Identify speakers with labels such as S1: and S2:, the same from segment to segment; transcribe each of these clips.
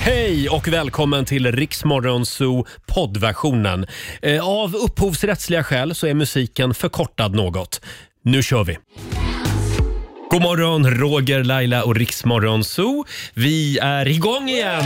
S1: Hej och välkommen till Riksmorgonzoo poddversionen. Eh, Av upphovsrättsliga skäl så är musiken förkortad något. Nu kör vi! God morgon, Roger, Laila och Riksmorgonzoo. Vi är igång igen!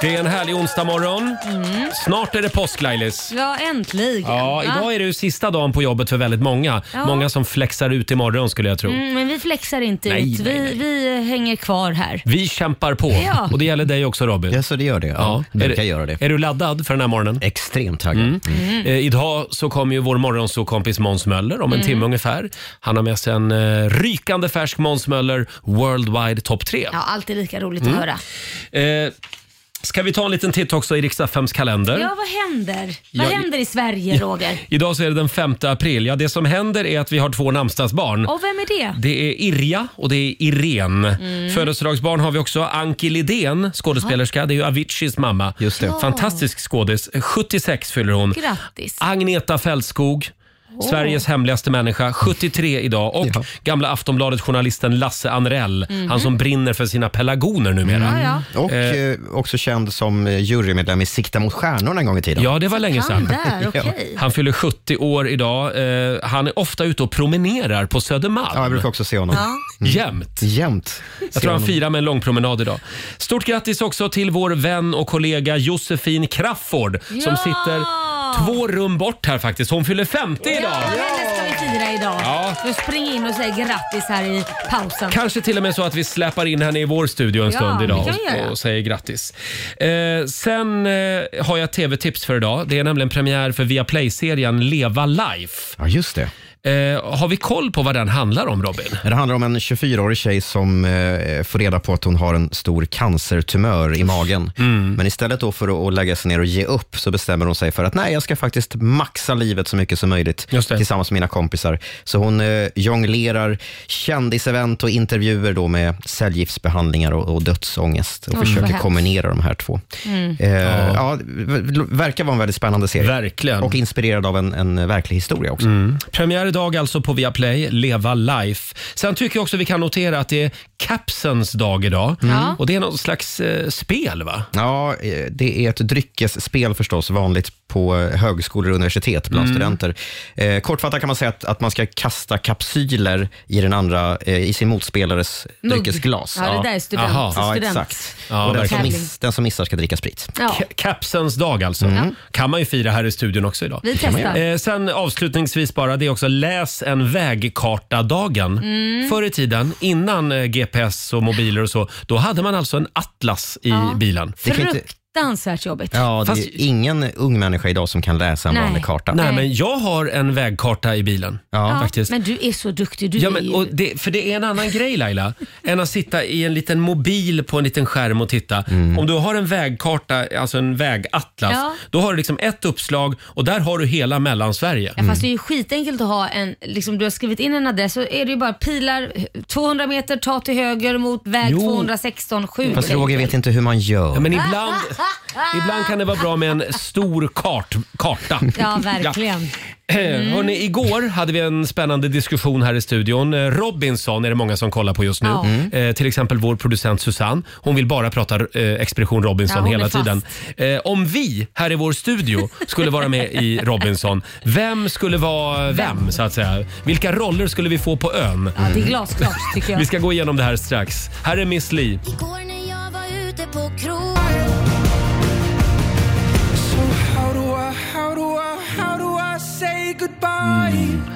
S1: Det är en härlig onsdag morgon.
S2: Mm.
S1: Snart är det påsk, Lailis.
S2: Ja, äntligen.
S1: Ja, idag är det ju sista dagen på jobbet för väldigt många.
S2: Ja.
S1: Många som flexar ut imorgon skulle jag tro.
S2: Mm, men vi flexar inte
S1: Nej,
S2: ut.
S1: nej,
S2: Vi, vi hänger kvar här.
S1: Vi kämpar på
S2: Ja.
S1: och det gäller dig också Robin.
S3: Ja, så det gör det. Ja,
S1: Ja.
S3: brukar
S1: Är-
S3: göra det.
S1: Är du laddad för den här morgonen?
S3: Extremt taggad. Mm.
S1: Eh, idag så kommer ju vår morgonsåkompis Måns Möller
S3: Mm.
S1: om en timme ungefär. Han har med sig en eh, rykande färsk Måns Möller Worldwide Top 3.
S2: Ja, alltid lika roligt
S1: Mm.
S2: att höra.
S1: Eh, ska vi ta en liten titt också i riksdagsfems kalender?
S2: Ja, vad händer? Vad
S1: Ja, i-
S2: händer i Sverige, Roger?
S1: Idag så är det den 5 april. Ja, det som händer är att vi har två namnsdagsbarn.
S2: Och vem är det?
S1: Det är Irja och det är Irene.
S3: Mm.
S1: Födelsedagsbarn har vi också Anki Lidén, skådespelerska. Det är ju Aviciis mamma.
S3: Just det. Ja.
S1: Fantastisk skådis. 76 fyller hon.
S2: Grattis.
S1: Agneta Fältskog. Sveriges hemligaste människa, 73 idag. Och
S3: Ja.
S1: gamla Aftonbladet-journalisten Lasse Anrell. Han som brinner för sina pelargoner numera.
S2: Mhm. Ja, ja.
S3: Och eh, också känd som eh, jurymedlem i Sikta mot stjärnorna en gång i tiden.
S1: Ja, det var länge
S2: Han
S1: sedan.
S2: där, okej.
S1: Han fyller 70 år idag. Eh, han är ofta ute och promenerar på
S3: Ja, jag
S1: Södermalm.
S3: brukar också se honom.
S2: Ja.
S1: Jämt.
S3: Jämt.
S1: Jag tror han firar med en lång promenad idag. Stort grattis också till vår vän och kollega Josefin Crafoord som
S2: Ja!
S1: sitter två rum bort här faktiskt. Hon fyller 50
S2: Ja,
S1: idag!
S2: henne ska vi fira idag.
S1: Ja.
S2: Du springer in och säger grattis här i pausen.
S1: Kanske till och med så att vi släpar in henne i vår studio en
S2: Ja,
S1: stund
S2: det
S1: idag
S2: kan vi
S1: och,
S2: göra.
S1: och säger grattis. Eh, sen eh, har jag tv-tips för idag. Det är nämligen premiär för Viaplay-serien Leva Life.
S3: Ja, just det.
S1: Eh, har vi koll på vad den handlar om Robin?
S3: Det handlar om en 24-årig tjej som eh, får reda på att hon har en stor cancertumör i magen.
S1: Mm.
S3: Men istället då för att- att lägga sig ner och ge upp så bestämmer hon sig för att nej, jag ska faktiskt maxa livet så mycket som möjligt
S1: Just det.
S3: tillsammans med mina kompisar. Så hon eh, jonglerar kändisevent och intervjuer då med cellgiftsbehandlingar och, och dödsångest och
S2: vad
S3: försöker
S2: hemskt. Mm.
S3: kombinera de här två. Eh, ja. v- verkar vara en väldigt spännande serie.
S1: Verkligen. Mm.
S3: och inspirerad av en, en verklig historia också.
S1: Premiär idag alltså på Viaplay, Leva Life. Sen tycker jag också vi kan notera att det är Capsens dag idag.
S2: Ja.
S1: Och det är någon slags eh, spel va?
S3: Ja, eh, det är ett dryckesspel förstås, vanligt på eh, högskolor och universitet
S2: Mm.
S3: bland studenter. Eh, kortfattat kan man säga att, att man ska kasta kapsyler i, den andra, eh, i sin motspelares
S2: Mugg.
S3: dryckesglas.
S2: Ja, det där är student.
S1: Aha.
S3: ja
S2: student.
S3: exakt.
S1: Ja,
S3: och den som,
S2: verkligen.
S3: miss, den som missar ska dricka sprit.
S2: Ja, Mm.
S1: Ca- Capsens dag alltså. Kan man ju fira här i studion också idag.
S2: vi testar.
S1: Eh, sen avslutningsvis bara, det är också läs en vägkarta-dagen.
S2: Mm.
S1: Förr i tiden, innan eh, GPS och mobiler och så, då hade man alltså en atlas i
S2: Ja.
S1: bilen.
S3: Det kan inte-
S2: Fruktansvärt jobbigt.
S3: Ja, det
S1: Fast-
S3: är ingen ung människa idag som kan läsa en
S2: Nej.
S3: vanlig karta.
S1: Nej,
S2: Nej.
S1: men jag har en vägkarta i bilen.
S3: Ja.
S2: eh. Ja,
S1: faktiskt.
S2: Men du är så duktig. Du
S1: Ja,
S2: är
S1: men,
S2: ju-
S1: och det, för det är en annan grej Laila, än att sitta i en liten mobil på en liten skärm och titta. Om du har en vägkarta, alltså en vägatlas,
S2: Ja.
S1: då har du liksom ett uppslag och där har du hela Mellansverige.
S2: Ja, fast det är ju skitenkelt att ha en, liksom, du har skrivit in en adress så är det ju bara pilar 200 meter, ta till höger mot väg
S1: Jo.
S2: 216, 7.
S3: Fast Roger vet inte hur man gör.
S1: Ja, men ibland, ibland kan det vara bra med en stor kart, karta.
S2: Ja, verkligen.
S1: Mm. Hörrni, igår hade vi en spännande diskussion här i studion. Eh, Robinson är det många som kollar på just nu.
S2: Ja. Mm.
S1: Eh, till exempel vår producent Susanne. Hon vill bara prata eh, Expedition Robinson
S2: Ja, hon
S1: hela
S2: är fast.
S1: tiden. Eh, om vi här i vår studio skulle vara med i Robinson, vem skulle vara vem så att säga? Vilka roller skulle vi få på ön?
S2: Ja, det är glasklart tycker jag.
S1: Vi ska gå igenom det här strax. Här är Miss Li.
S4: Igår när jag var ute på krogen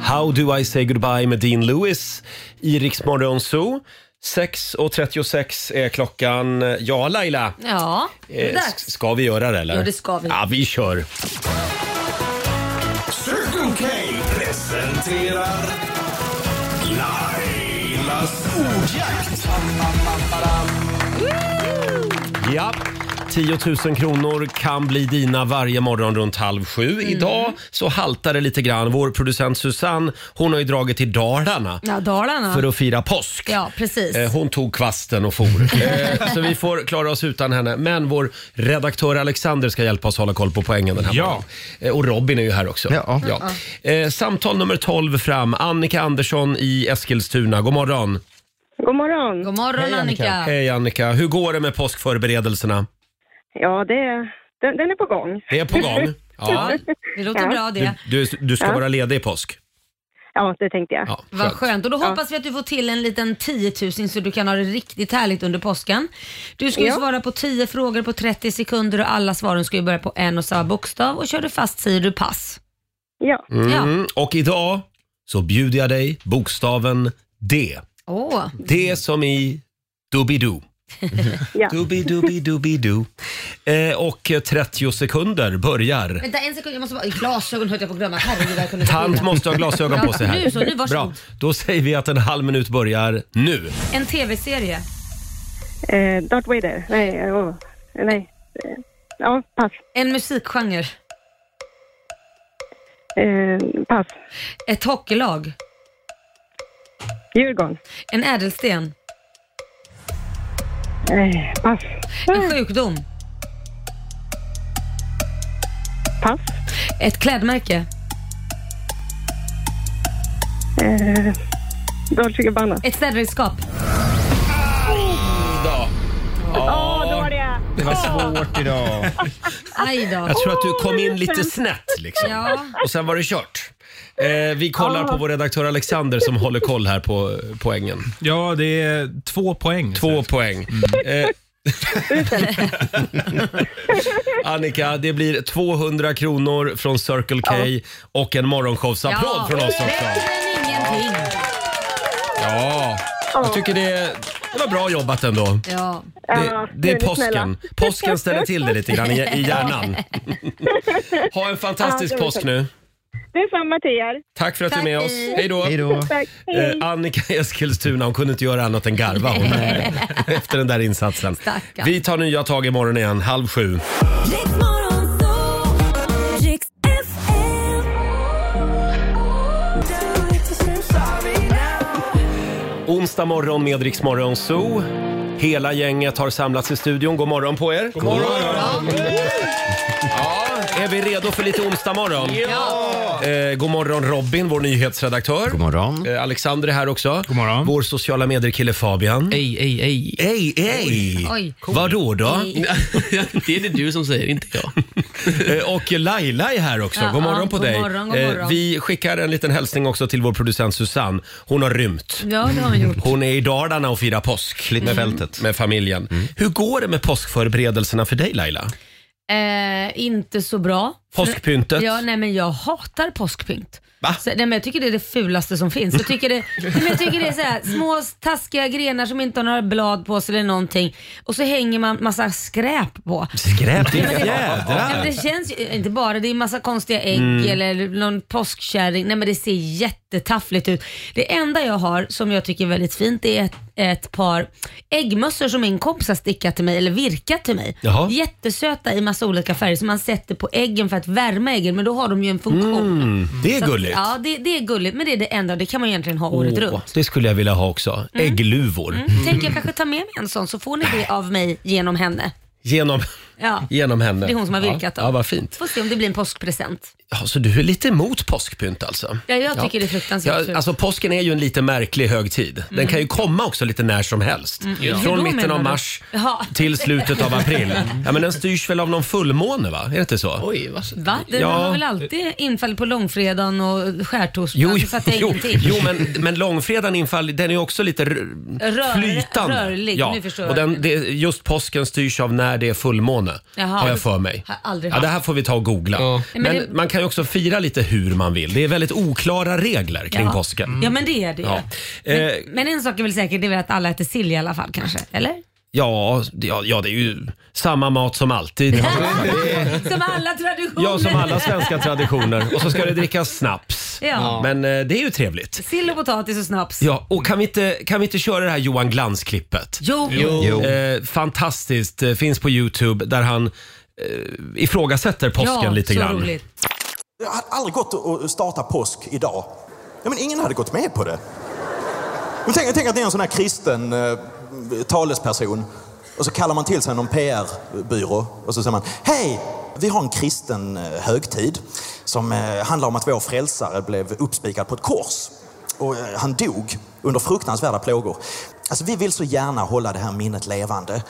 S1: How do I say goodbye med Dean Lewis i Rix Morgon Zoo. 6.36 är klockan. Ja, Laila.
S2: Ja, det är
S1: Eh, s-
S2: dags.
S1: Ska vi göra det eller?
S2: Ja, det ska vi.
S1: Ja, vi kör.
S5: Circle K presenterar Lailas ordjakt.
S1: Ja. 10 000 kronor kan bli dina varje morgon runt halv sju.
S2: Mm.
S1: Idag så haltar det lite grann. Vår producent Susanne, hon har ju dragit till Dalarna
S2: Ja, Dalarna.
S1: för att fira påsk.
S2: Ja, precis.
S1: Eh, Hon tog kvasten och for. Eh, Så vi får klara oss utan henne. Men vår redaktör Alexander ska hjälpa oss hålla koll på poängen den här
S5: Ja.
S1: morgonen. Eh, Och Robin är ju här också.
S3: Ja.
S1: Eh, Samtal nummer 12 fram. Annika Andersson i Eskilstuna. God morgon.
S6: God morgon.
S2: God morgon
S1: Hej,
S2: Annika.
S1: Hej Annika! Hur går det med påskförberedelserna?
S6: Ja, det, den, den är på gång.
S1: Det är på gång? Ja.
S2: Ja, det låter
S6: Ja.
S2: bra det.
S1: Du, du, du ska vara ledig i påsk?
S6: Ja, det tänkte jag.
S1: Ja,
S2: Vad skönt. Och då hoppas vi att du får till en liten 10 000 så du kan ha det riktigt härligt under påsken. Du ska ju
S6: Ja.
S2: svara på 10 frågor på 30 sekunder och alla svaren ska ju börja på en och samma bokstav och kör du fast säger du pass.
S6: Ja.
S1: Mm. Och idag så bjuder jag dig bokstaven D.
S2: Åh,
S1: D som i Doobidoo.
S6: Ja.
S1: Doobidoo. Eh, och 30 sekunder börjar.
S2: vänta en sekund, jag måste bara... Glasögon höll jag på att glömma. Herregud, jag kunde inte
S1: Tant
S2: skilja.
S1: måste ha glasögon på sig här.
S2: Ja, nu så, nu, varsågod.
S1: Bra, då säger vi att en halv minut börjar nu.
S2: En tv-serie,
S6: Eh, Darth Vader. Nej, åh, nej. Eh, Ja, pass.
S2: en musikgenre,
S6: Eh, pass.
S2: ett hockeylag,
S6: Djurgården.
S2: en ädelsten,
S6: Eh, pass.
S2: en sjukdom,
S6: Pass.
S2: ett klädmärke,
S6: Eh, Dolce Gabbana.
S2: ett städredskap.
S6: Ja, då var det.
S3: Det var svårt idag.
S2: Aj då.
S1: Jag tror att du kom in lite snett liksom.
S2: Ja.
S1: Och sen var det kört. Eh, vi kollar på vår redaktör Alexander som håller koll här på eh, poängen.
S7: Ja, det är två poäng.
S1: Två poäng.
S2: Mm.
S1: Eh, Annika, det blir 200 kronor från Circle K och en morgonshowsapplåd
S2: Ja.
S1: från oss också.
S2: Bättre än ingenting.
S1: Ja, jag tycker det, det var bra jobbat ändå.
S2: Ja.
S1: Det,
S6: Ja,
S1: det är
S6: nu är ni snälla.
S1: påsken. Påsken ställer till det lite grann i, i hjärnan. Ha en fantastisk
S6: Ja, det var
S1: påsk
S6: så.
S1: nu.
S6: Det är samma till er.
S1: Tack för att du är med
S2: Tack,
S1: oss.
S2: hej.
S1: Hej då.
S3: Hej då.
S6: Tack. Hej.
S1: Eh, Annika i Eskilstuna hon kunde inte göra annat än garva hon, eh, efter den där insatsen.
S2: Stackarn.
S1: Vi tar nya tag imorgon igen, halv sju.
S4: Riks Morgonzoo, Riks FM.
S1: Onsdag morgon med Rix Morgon Zoo. Hela gänget har samlats i studion. God morgon på er. God morgon. Ja, är vi redo för lite onsdag morgon? Ja. Eh, god morgon Robin, vår nyhetsredaktör.
S3: God morgon.
S1: Eh, Alexander är här också.
S7: God morgon.
S1: Vår sociala medier-kille Fabian.
S8: Ej, ej, ej.
S1: Ej, ej!
S2: Oj.
S1: Vadå då?
S8: Det är det du som säger, inte jag.
S1: Eh, Och Laila är här också.
S2: Ja,
S1: god morgon
S2: ja,
S1: på
S2: god
S1: dig.
S2: morgon, god
S1: Eh,
S2: morgon.
S1: Vi skickar en liten hälsning också till vår producent Susanne. Hon har rymt.
S2: Ja, det har han gjort.
S1: Hon är i Dalarna och firar påsk Mm.
S3: Flytt fältet.
S1: med familjen. Hur går det med påskförberedelserna för dig Laila?
S2: Eh, inte så bra.
S1: Påskpyntet?
S2: Ja, nej, men jag hatar påskpynt.
S1: Va?
S2: Så, nej, men jag tycker det är det fulaste som finns. Jag tycker det, nej, men jag tycker det är så här, små taskiga grenar som inte har några blad på sig eller någonting och så hänger man massa skräp på.
S1: Skräp din
S2: Ja, men
S1: jädra!
S2: det känns ju, inte bara, det är massa konstiga ägg
S1: Mm.
S2: eller någon påskkärring. Nej men det ser jättetaffligt ut. Det enda jag har som jag tycker är väldigt fint är ett, ett par äggmössor som min kompis har stickat till mig eller virkat till mig.
S1: Jaha.
S2: Jättesöta i massa olika färger som man sätter på äggen för att värma äggen men då har de ju en funktion.
S1: Mm, det är
S2: Så att-
S1: gulligt.
S2: Ja det, det är gulligt men det är det enda det Mm. kan man egentligen ha året
S1: Åh,
S2: runt.
S1: det skulle jag vilja ha också. Äggluvor.
S2: Tänker jag kanske ta med mig en sån så får ni det av mig genom henne.
S1: Genom,
S2: Ja.
S1: genom henne.
S2: Det är hon som har virkat
S1: ja.
S2: dem.
S1: ja, vad fint.
S2: Får se om det blir en påskpresent.
S1: Ja, så du är lite emot påskpynt alltså?
S2: Ja, jag tycker det är fruktansvärt fult.
S1: Alltså påsken är ju en lite märklig högtid. Den kan ju komma också lite när som helst.
S2: Hur
S1: Från
S2: Mm. då
S1: mitten
S2: menar
S1: av
S2: du?
S1: mars
S2: Jaha.
S1: till slutet av april. Ja, men den styrs väl av någon fullmåne va? Är det inte så?
S8: Oj, vad...
S2: Va? Den
S1: Ja.
S2: har väl alltid infall på långfredagen och skärtorsdagen? så Alltså, fattar jag
S1: jo,
S2: ingenting.
S1: jo men, men långfredagen infall, den är ju också lite r-
S2: Rör-
S1: flytande.
S2: rörlig, nu förstår jag.
S1: och den, det, just påsken styrs av när det är fullmåne,
S2: Jaha.
S1: har jag för mig.
S2: Har aldrig
S1: ja,
S2: hört.
S1: det här får vi ta och googla.
S8: Ja.
S1: Men,
S2: Men det-
S1: man kan ju också fira lite hur man vill. Det är väldigt oklara regler kring
S2: Ja.
S1: påsken.
S2: Ja men det är det ju.
S1: Ja.
S2: Men,
S1: Eh.
S2: men en sak är väl säker, det är väl att alla äter sill i alla fall kanske? Eller?
S1: Ja, det- ja, ja, det är ju samma mat som alltid.
S2: Som alla traditioner.
S1: Ja, som alla svenska traditioner. Och så ska det drickas snaps.
S2: Ja.
S1: Men eh, det är ju trevligt.
S2: Sill och potatis och snaps.
S1: Ja, och kan vi inte, kan vi inte köra det här Johan Glans-klippet?
S2: Jo.
S3: Jo.
S1: Eh, fantastiskt, eh, finns på Youtube där han eh, ifrågasätter påsken
S2: ja,
S1: lite
S2: så
S1: grann.
S2: roligt.
S9: Det hade aldrig gått att starta påsk idag. Ja, men ingen hade gått med på det. Men tänk, tänk att det är en sån här kristen eh, talesperson och så kallar man till sig någon PR-byrå och så säger man Hej! Vi har en kristen eh, högtid som eh, handlar om att vår frälsare blev uppspikad på ett kors och eh, han dog under fruktansvärda plågor. Alltså, vi vill så gärna hålla det här minnet levande.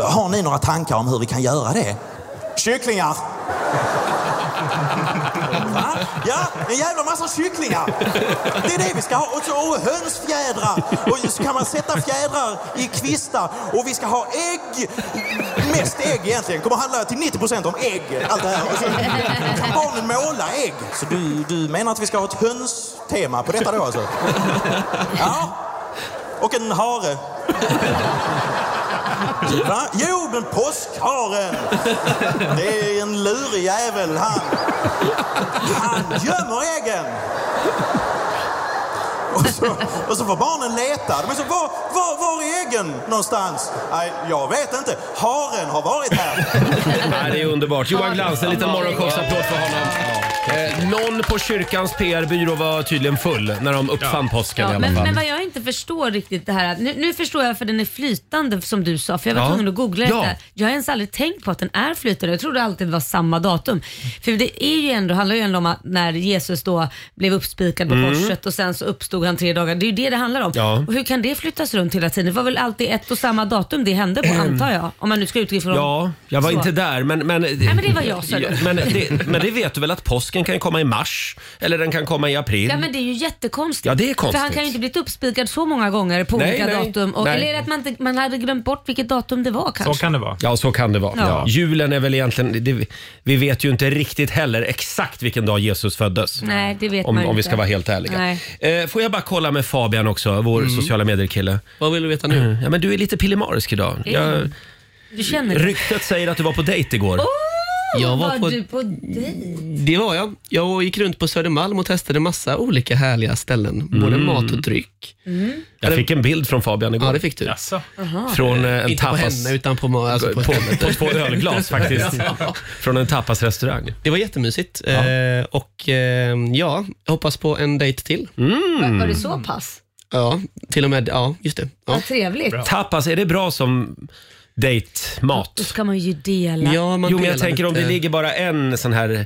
S9: Har ni några tankar om hur vi kan göra det? Kycklingar! Va? Ja, en jävla massa kycklingar. Det är det vi ska ha. Och, så, och hönsfjädrar. Och så kan man sätta fjädrar i kvistar. Och vi ska ha ägg. Mest ägg egentligen. kommer handla till 90% om ägg. Allt det här. Och så kan barnen måla ägg. Så du, du menar att vi ska ha ett hönstema på detta då alltså? Ja. Och en hare. Va? Jo, men påskharen. Det är en lurig jävel han. Han gömmer äggen. Och så, och så får barnen leta. De är så, var, var, var är äggen någonstans? Nej, jag vet inte. Haren har varit här.
S1: Nej, det är underbart. Johan Glans, en liten morgonshowsapplåd för honom. Eh, någon på kyrkans PR-byrå var tydligen full när de uppfann påsken i
S2: Ja,
S1: alla
S2: men,
S1: fall.
S2: men vad jag inte förstår riktigt det här. Nu, nu förstår jag för den är flytande som du sa. För jag var
S1: Ja.
S2: tvungen att googla
S1: Ja.
S2: detta. Jag har ens aldrig tänkt på att den är flytande. Jag trodde alltid det var samma datum. För det är ju ändå, handlar ju ändå om att när Jesus då blev uppspikad på korset och sen så uppstod han tre dagar. Det är ju det det handlar om.
S1: Mm. Ja.
S2: Och hur kan det flyttas runt hela tiden? Det var väl alltid ett och samma datum det hände på antar jag. Om man nu ska utgå från...
S1: Ja, jag var
S2: Så.
S1: inte där men... men Nej,
S2: men det var jag, sa du.
S1: men, det, men det vet du väl att påsken kan komma i mars? Eller den kan komma i april?
S2: Ja men det är ju jättekonstigt.
S1: Mm. Ja, det är konstigt.
S2: För han kan ju inte blivit uppspikad så många gånger på
S1: Nej,
S2: olika
S1: nej,
S2: datum. Och,
S1: nej.
S2: Eller att man, inte, man hade glömt bort vilket datum det var kanske.
S7: Så kan det vara.
S1: Ja, så kan det vara.
S2: Ja.
S1: Julen är väl egentligen... Det, vi vet ju inte riktigt heller exakt vilken dag Jesus föddes.
S2: Nej, det vet
S1: om,
S2: man
S1: om vi
S2: inte.
S1: ska vara helt ärliga.
S2: Nej.
S1: Eh, får jag bara kolla med Fabian också, vår
S8: Mm.
S1: sociala medier-kille.
S8: Vad vill du veta nu?
S1: Ja, men du är lite pillemarisk idag. Jag,
S2: Du känner det?
S1: ryktet säger att du var på dejt igår.
S8: Jag var
S2: var
S8: på-
S2: du på dejt?
S8: Det var jag. Jag gick runt på Södermalm och testade massa olika härliga ställen. Både
S1: Mm.
S8: mat och dryck.
S1: Jag fick en bild från Fabian igår.
S8: Ja, det fick du.
S7: Jaså?
S1: Från eh, en
S8: Inte på
S1: tapas...
S8: henne, utan på, ma- alltså på,
S1: på,
S8: på
S1: på två ölglas faktiskt. Från en tapasrestaurang.
S8: Det var jättemysigt. Eh, och eh, ja, jag hoppas på en dejt till.
S1: Mm.
S2: Var, var det så pass?
S8: Ja, till och med. Ja, just det. Ja.
S2: Vad trevligt.
S1: Tapas, är det bra som
S2: Då
S1: dejtmat?
S2: ska man ju dela.
S8: Ja, man
S1: Jo, men jag
S8: delar
S1: tänker om det
S8: lite.
S1: ligger bara en sån här eh,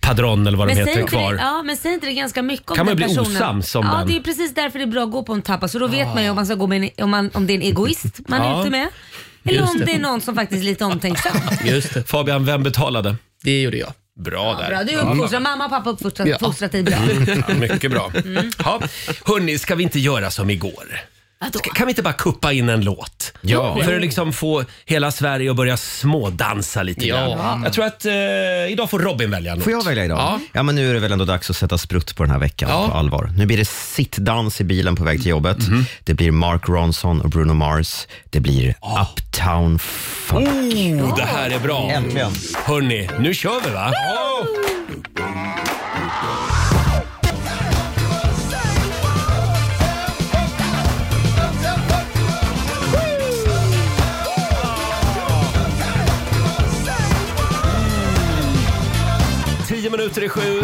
S1: padron eller vad de
S2: Men säg,
S1: heter
S2: inte det,
S1: kvar.
S2: ja, men säg inte det ganska mycket om
S1: Kan man
S2: den
S1: bli
S2: personen.
S1: osams om
S2: ja,
S1: den? Ah.
S2: det är precis därför det är bra att gå på en tapas. Och då vet man ju om, man ska gå med en, om, man, om det är en egoist man
S1: Ja.
S2: är ute med. Eller
S8: Just
S2: om
S8: det.
S2: det är någon som faktiskt är lite omtänksam.
S8: Just det.
S1: Fabian, vem betalade?
S8: Det gjorde jag.
S1: Bra där.
S2: Bra, du är uppfostrad. Mamma och pappa har uppfostrat
S8: Ja.
S2: uppfostrat dig bra.
S1: Ja, mycket bra.
S2: Mm.
S1: Ja. Hörni, ska vi inte göra som igår? Ska, kan vi inte bara kuppa in en låt?
S3: Ja.
S1: För att liksom få hela Sverige att börja smådansa lite
S8: Ja.
S1: grann. Jag tror att eh, idag får Robin välja en låt.
S3: Får jag välja idag?
S1: Ja.
S3: Ja. men nu är det väl ändå dags att sätta sprutt på den här veckan
S1: Ja. Mhm.
S3: på allvar. Nu blir det sittdans i bilen på väg till jobbet. Det blir Mark Ronson och Bruno Mars. Det blir Uptown Funk.
S1: Ah. Oh, det här är bra.
S3: Äntligen.
S1: Hörni, nu kör vi va? Tio minuter i sju.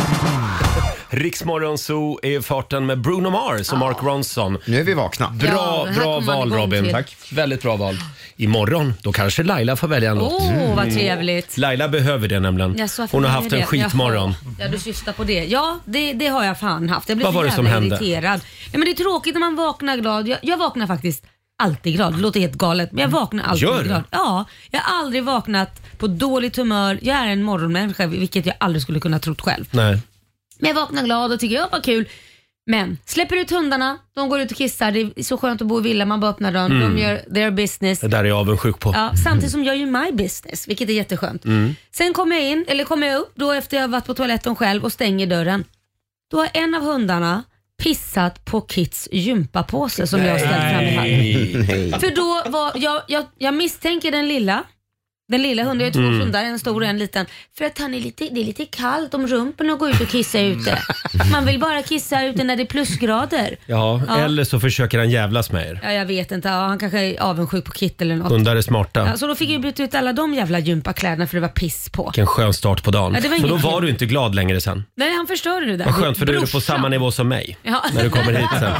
S1: Riksmorgon Zoo är i farten med Bruno Mars och Mark Ronson.
S3: Nu är vi vakna.
S2: Ja,
S1: Bra,
S2: den här
S1: bra
S2: kommer man
S1: val
S2: igång
S1: Robin.
S2: till.
S1: Tack. Väldigt bra val. Imorgon, då kanske Laila får välja en låt.
S2: Åh, vad trevligt.
S1: Laila behöver det nämligen.
S2: Jag sa, varför
S1: Hon har
S2: gör
S1: haft en
S2: jag det?
S1: skitmorgon.
S2: Jaha. Ja, du syftar på det. Ja, det, det har jag fan haft. Jag blir
S1: Vad
S2: så
S1: var det som
S2: jävla
S1: hände?
S2: irriterad. Ja, men det är tråkigt när man vaknar glad. Jag, jag vaknar faktiskt alltid glad. Det låter helt galet, men jag vaknar alltid
S1: Gör du?
S2: glad. Ja, jag har aldrig vaknat på dåligt humör. Jag är en morgonmänniska, vilket jag aldrig skulle kunna trott själv.
S1: Nej.
S2: Men jag vaknar glad och tycker ja vad kul. Men släpper ut hundarna, de går ut och kissar. Det är så skönt att bo i villa, man bara öppnar dörren.
S1: Mm.
S2: De gör their business.
S1: Det där är jag avundsjuk på.
S2: Ja, samtidigt som jag gör my business, vilket är jätteskönt. Sen kommer jag in, eller kommer jag upp då efter jag har varit på toaletten själv och stänger dörren. Då har en av hundarna pissat på Kits gympapåse som jag har ställt framför mig. För då var, jag, jag, jag misstänker den lilla, den lilla hunden, jag har två hundar, en stor och en liten. För att han är lite, det är lite kallt om rumpen att gå ut och kissa ute. Man vill bara kissa ute när det är plusgrader.
S1: Ja,
S2: Ja.
S1: eller så försöker han jävlas med er.
S2: Ja, jag vet inte, ja, han kanske är avundsjuk på Kit eller något.
S1: Hundar är smarta.
S2: Ja, så då fick jag ju byta ut alla de jävla gympakläderna för det var piss på.
S1: Vilken skön start på dagen.
S2: Ja, det var
S1: så då
S2: ingen
S1: var
S2: kul.
S1: du inte glad längre sen.
S2: Nej, han förstörde det där.
S1: Vad skönt för då är du på
S2: Brorsan.
S1: samma nivå som mig
S2: Ja.
S1: när du kommer hit sen.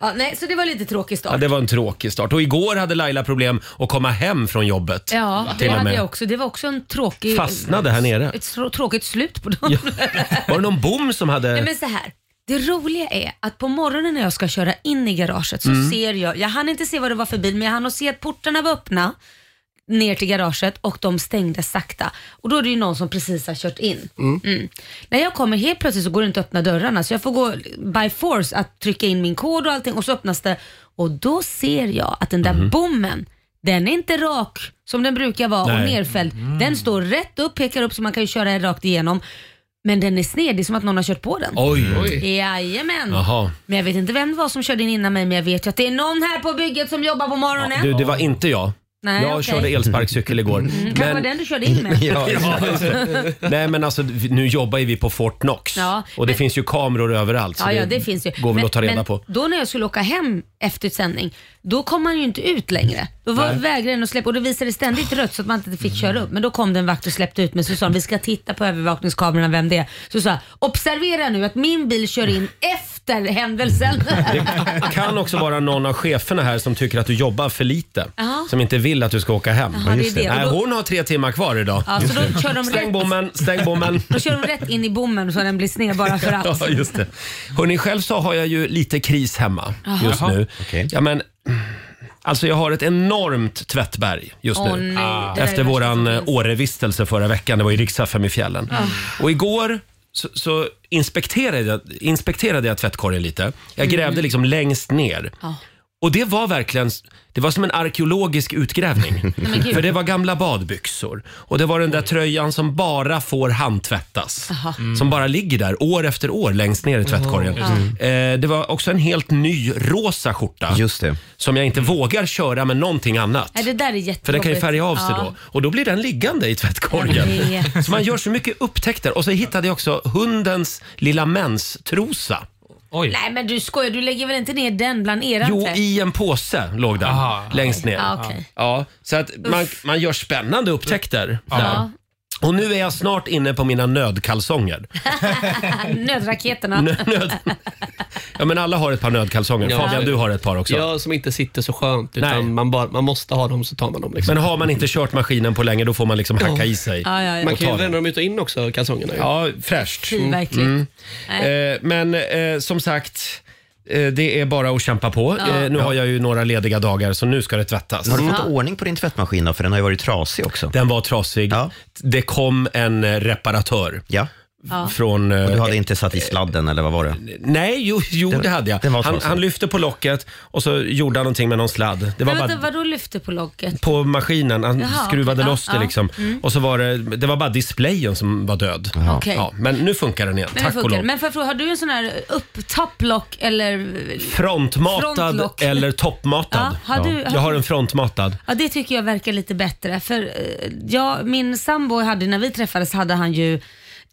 S2: Ja, nej, så det var lite tråkig
S1: Ja,
S2: start.
S1: det var en tråkig start. Och igår hade Laila problem att komma hem från jobbet.
S2: Ja, det
S1: till och
S2: hade
S1: med.
S2: jag också. Det var också en tråkig...
S1: Fastnade här nere.
S2: Ett trå- tråkigt slut på dagen.
S1: Var det någon bom som hade...
S2: Nej, men så här. Det roliga är att på morgonen när jag ska köra in i garaget så ser jag, jag hann inte se vad det var för bil men jag hann att se att portarna var öppna ner till garaget och de stängde sakta. Och då är det ju någon som precis har kört in. Mm. När jag kommer helt plötsligt så går det inte att öppna dörrarna så jag får gå by force att trycka in min kod och allting och så öppnas det och då ser jag att den där bommen den är inte rak som den brukar vara och
S1: Nej.
S2: nerfälld. Den står rätt upp, pekar upp så man kan ju köra rakt igenom. Men den är sned, det är som att någon har kört på den.
S1: Oj.
S8: Oj.
S2: Jajamän.
S1: Jaha.
S2: Men jag vet inte vem det var som körde in innan mig, men jag vet ju att det är någon här på bygget som jobbar på morgonen.
S1: Du, det var inte jag.
S2: Nej,
S1: jag
S2: okej. Mm.
S1: körde elsparkcykel igår.
S2: Kanske var
S1: Men,
S2: den du körde in med.
S3: Ja,
S1: nej men alltså vi- nu jobbar ju vi på Fort Knox
S2: Ja,
S1: och det
S2: men-
S1: finns ju kameror överallt. så
S2: Ja, ja, det finns ju.
S1: går väl att ta reda
S2: men
S1: på.
S2: Då när jag skulle åka hem efter sändning, då kom man ju inte ut längre. Då var vägrade den att släppa och det visade ständigt rött så att man inte
S1: Mm.
S2: fick köra upp. Men då kom den vakt och släppte ut mig så sa de, vi ska titta på övervakningskamerorna vem det är. Så sa jag, observera nu att min bil kör in efter händelsen.
S1: Det kan också vara någon av cheferna här som tycker att du jobbar för lite.
S2: Ja.
S1: Som inte vill att du ska åka hem.
S2: Jaha, det är Just det. det.
S1: Nej,
S2: Och då-
S1: hon har tre timmar kvar idag.
S2: Ja, så då kör de
S1: Stäng
S2: rätt
S1: bommen, stäng bommen.
S2: Då kör de rätt in i bommen så den blir sned bara för att.
S1: Ja, just det. Hörrni, själv så har jag ju lite kris hemma just nu.
S3: Okej.
S1: Ja, men, alltså jag har ett enormt tvättberg just
S2: Åh,
S1: nu.
S2: nej. Det där är
S1: Efter
S2: det
S1: våran
S2: värsta som
S1: eh,
S2: finns. Ah.
S1: Årevistelse förra veckan. Det var ju riks i fjällen. Och igår så, så inspekterade, jag, inspekterade jag tvättkorgen lite. Jag
S2: Mm.
S1: grävde liksom längst ner.
S2: Ja.
S1: Och det var verkligen, det var som en arkeologisk utgrävning.
S2: men gud.
S1: För det var gamla badbyxor och det var den där tröjan som bara får handtvättas.
S2: Jaha.
S1: Som bara ligger där år efter år längst ner i tvättkorgen. Eh, det var också en helt ny rosa skjorta
S3: Just det.
S1: som jag inte vågar köra med någonting annat.
S2: Nej, det där Mm. är jättejobbigt.
S1: För den kan ju färga av sig
S2: Ja.
S1: då. Och då blir den liggande i tvättkorgen.
S2: Jag vet.
S1: Så man gör så mycket upptäckter. Och så hittade jag också hundens lilla menstrosa.
S7: Oj.
S2: Nej men du skojar, du lägger väl inte ner den bland era
S1: Jo,
S2: tvätt?
S1: i en påse låg den
S7: Aha.
S1: längst ner.
S2: Ja, okej.
S1: Ja, så att man, man gör spännande upptäckter där.
S2: Ja.
S1: Och nu är jag snart inne på mina nödkalsonger.
S2: Nödraketerna.
S1: Nö- Nöd... Ja, men alla har ett par nödkalsonger.
S8: Ja.
S1: Fabian, du har ett par också.
S8: Ja, som inte sitter så skönt.
S1: Nej.
S8: Utan man, bara, man måste ha dem så tar man dem. Liksom.
S1: Men har man inte kört maskinen på länge, då får man liksom hacka i sig.
S2: Ja, ja, ja.
S8: man kan
S1: ta
S8: ju
S1: dem.
S8: vända dem ut och in också, kalsongerna. ju.
S1: Ja, fräscht.
S2: Fy, verkligen. Nej.
S1: Eh, men eh, som sagt, eh, det är bara att kämpa på. Eh, nu har jag ju några lediga dagar, så nu ska det tvättas.
S3: Har du fått ordning på din tvättmaskin då? För den har ju varit trasig också.
S1: Den var trasig.
S3: Ja.
S1: Det kom en eh, reparatör
S3: Ja,
S1: från... eh,
S3: och du hade inte satt i sladden eller vad var det?
S1: Nej, jo, jo det hade jag.
S3: den var
S1: Han,
S3: trasig.
S1: han lyfte på locket och så gjorde han någonting med någon sladd. Det var
S2: Men vänta,
S1: bara
S2: vadå lyfte på locket?
S1: på maskinen, han
S2: Jaha,
S1: skruvade
S2: okej. Ja,
S1: loss det
S2: ja. Mm.
S1: liksom. Och så var det, det var bara displayen som var död.
S2: Okej.
S1: Ja, men nu funkar den igen,
S2: Men det
S1: tack och
S2: funkar.
S1: lov.
S2: Men får jag fråga, har du en sån här upptapplock eller?
S1: Frontmatad
S2: Frontlock.
S1: eller toppmatad?
S2: Ja, har du-
S1: Jag har en frontmatad.
S2: Ja det tycker jag verkar lite bättre för eh, jag, min sambo hade, när vi träffades hade han ju en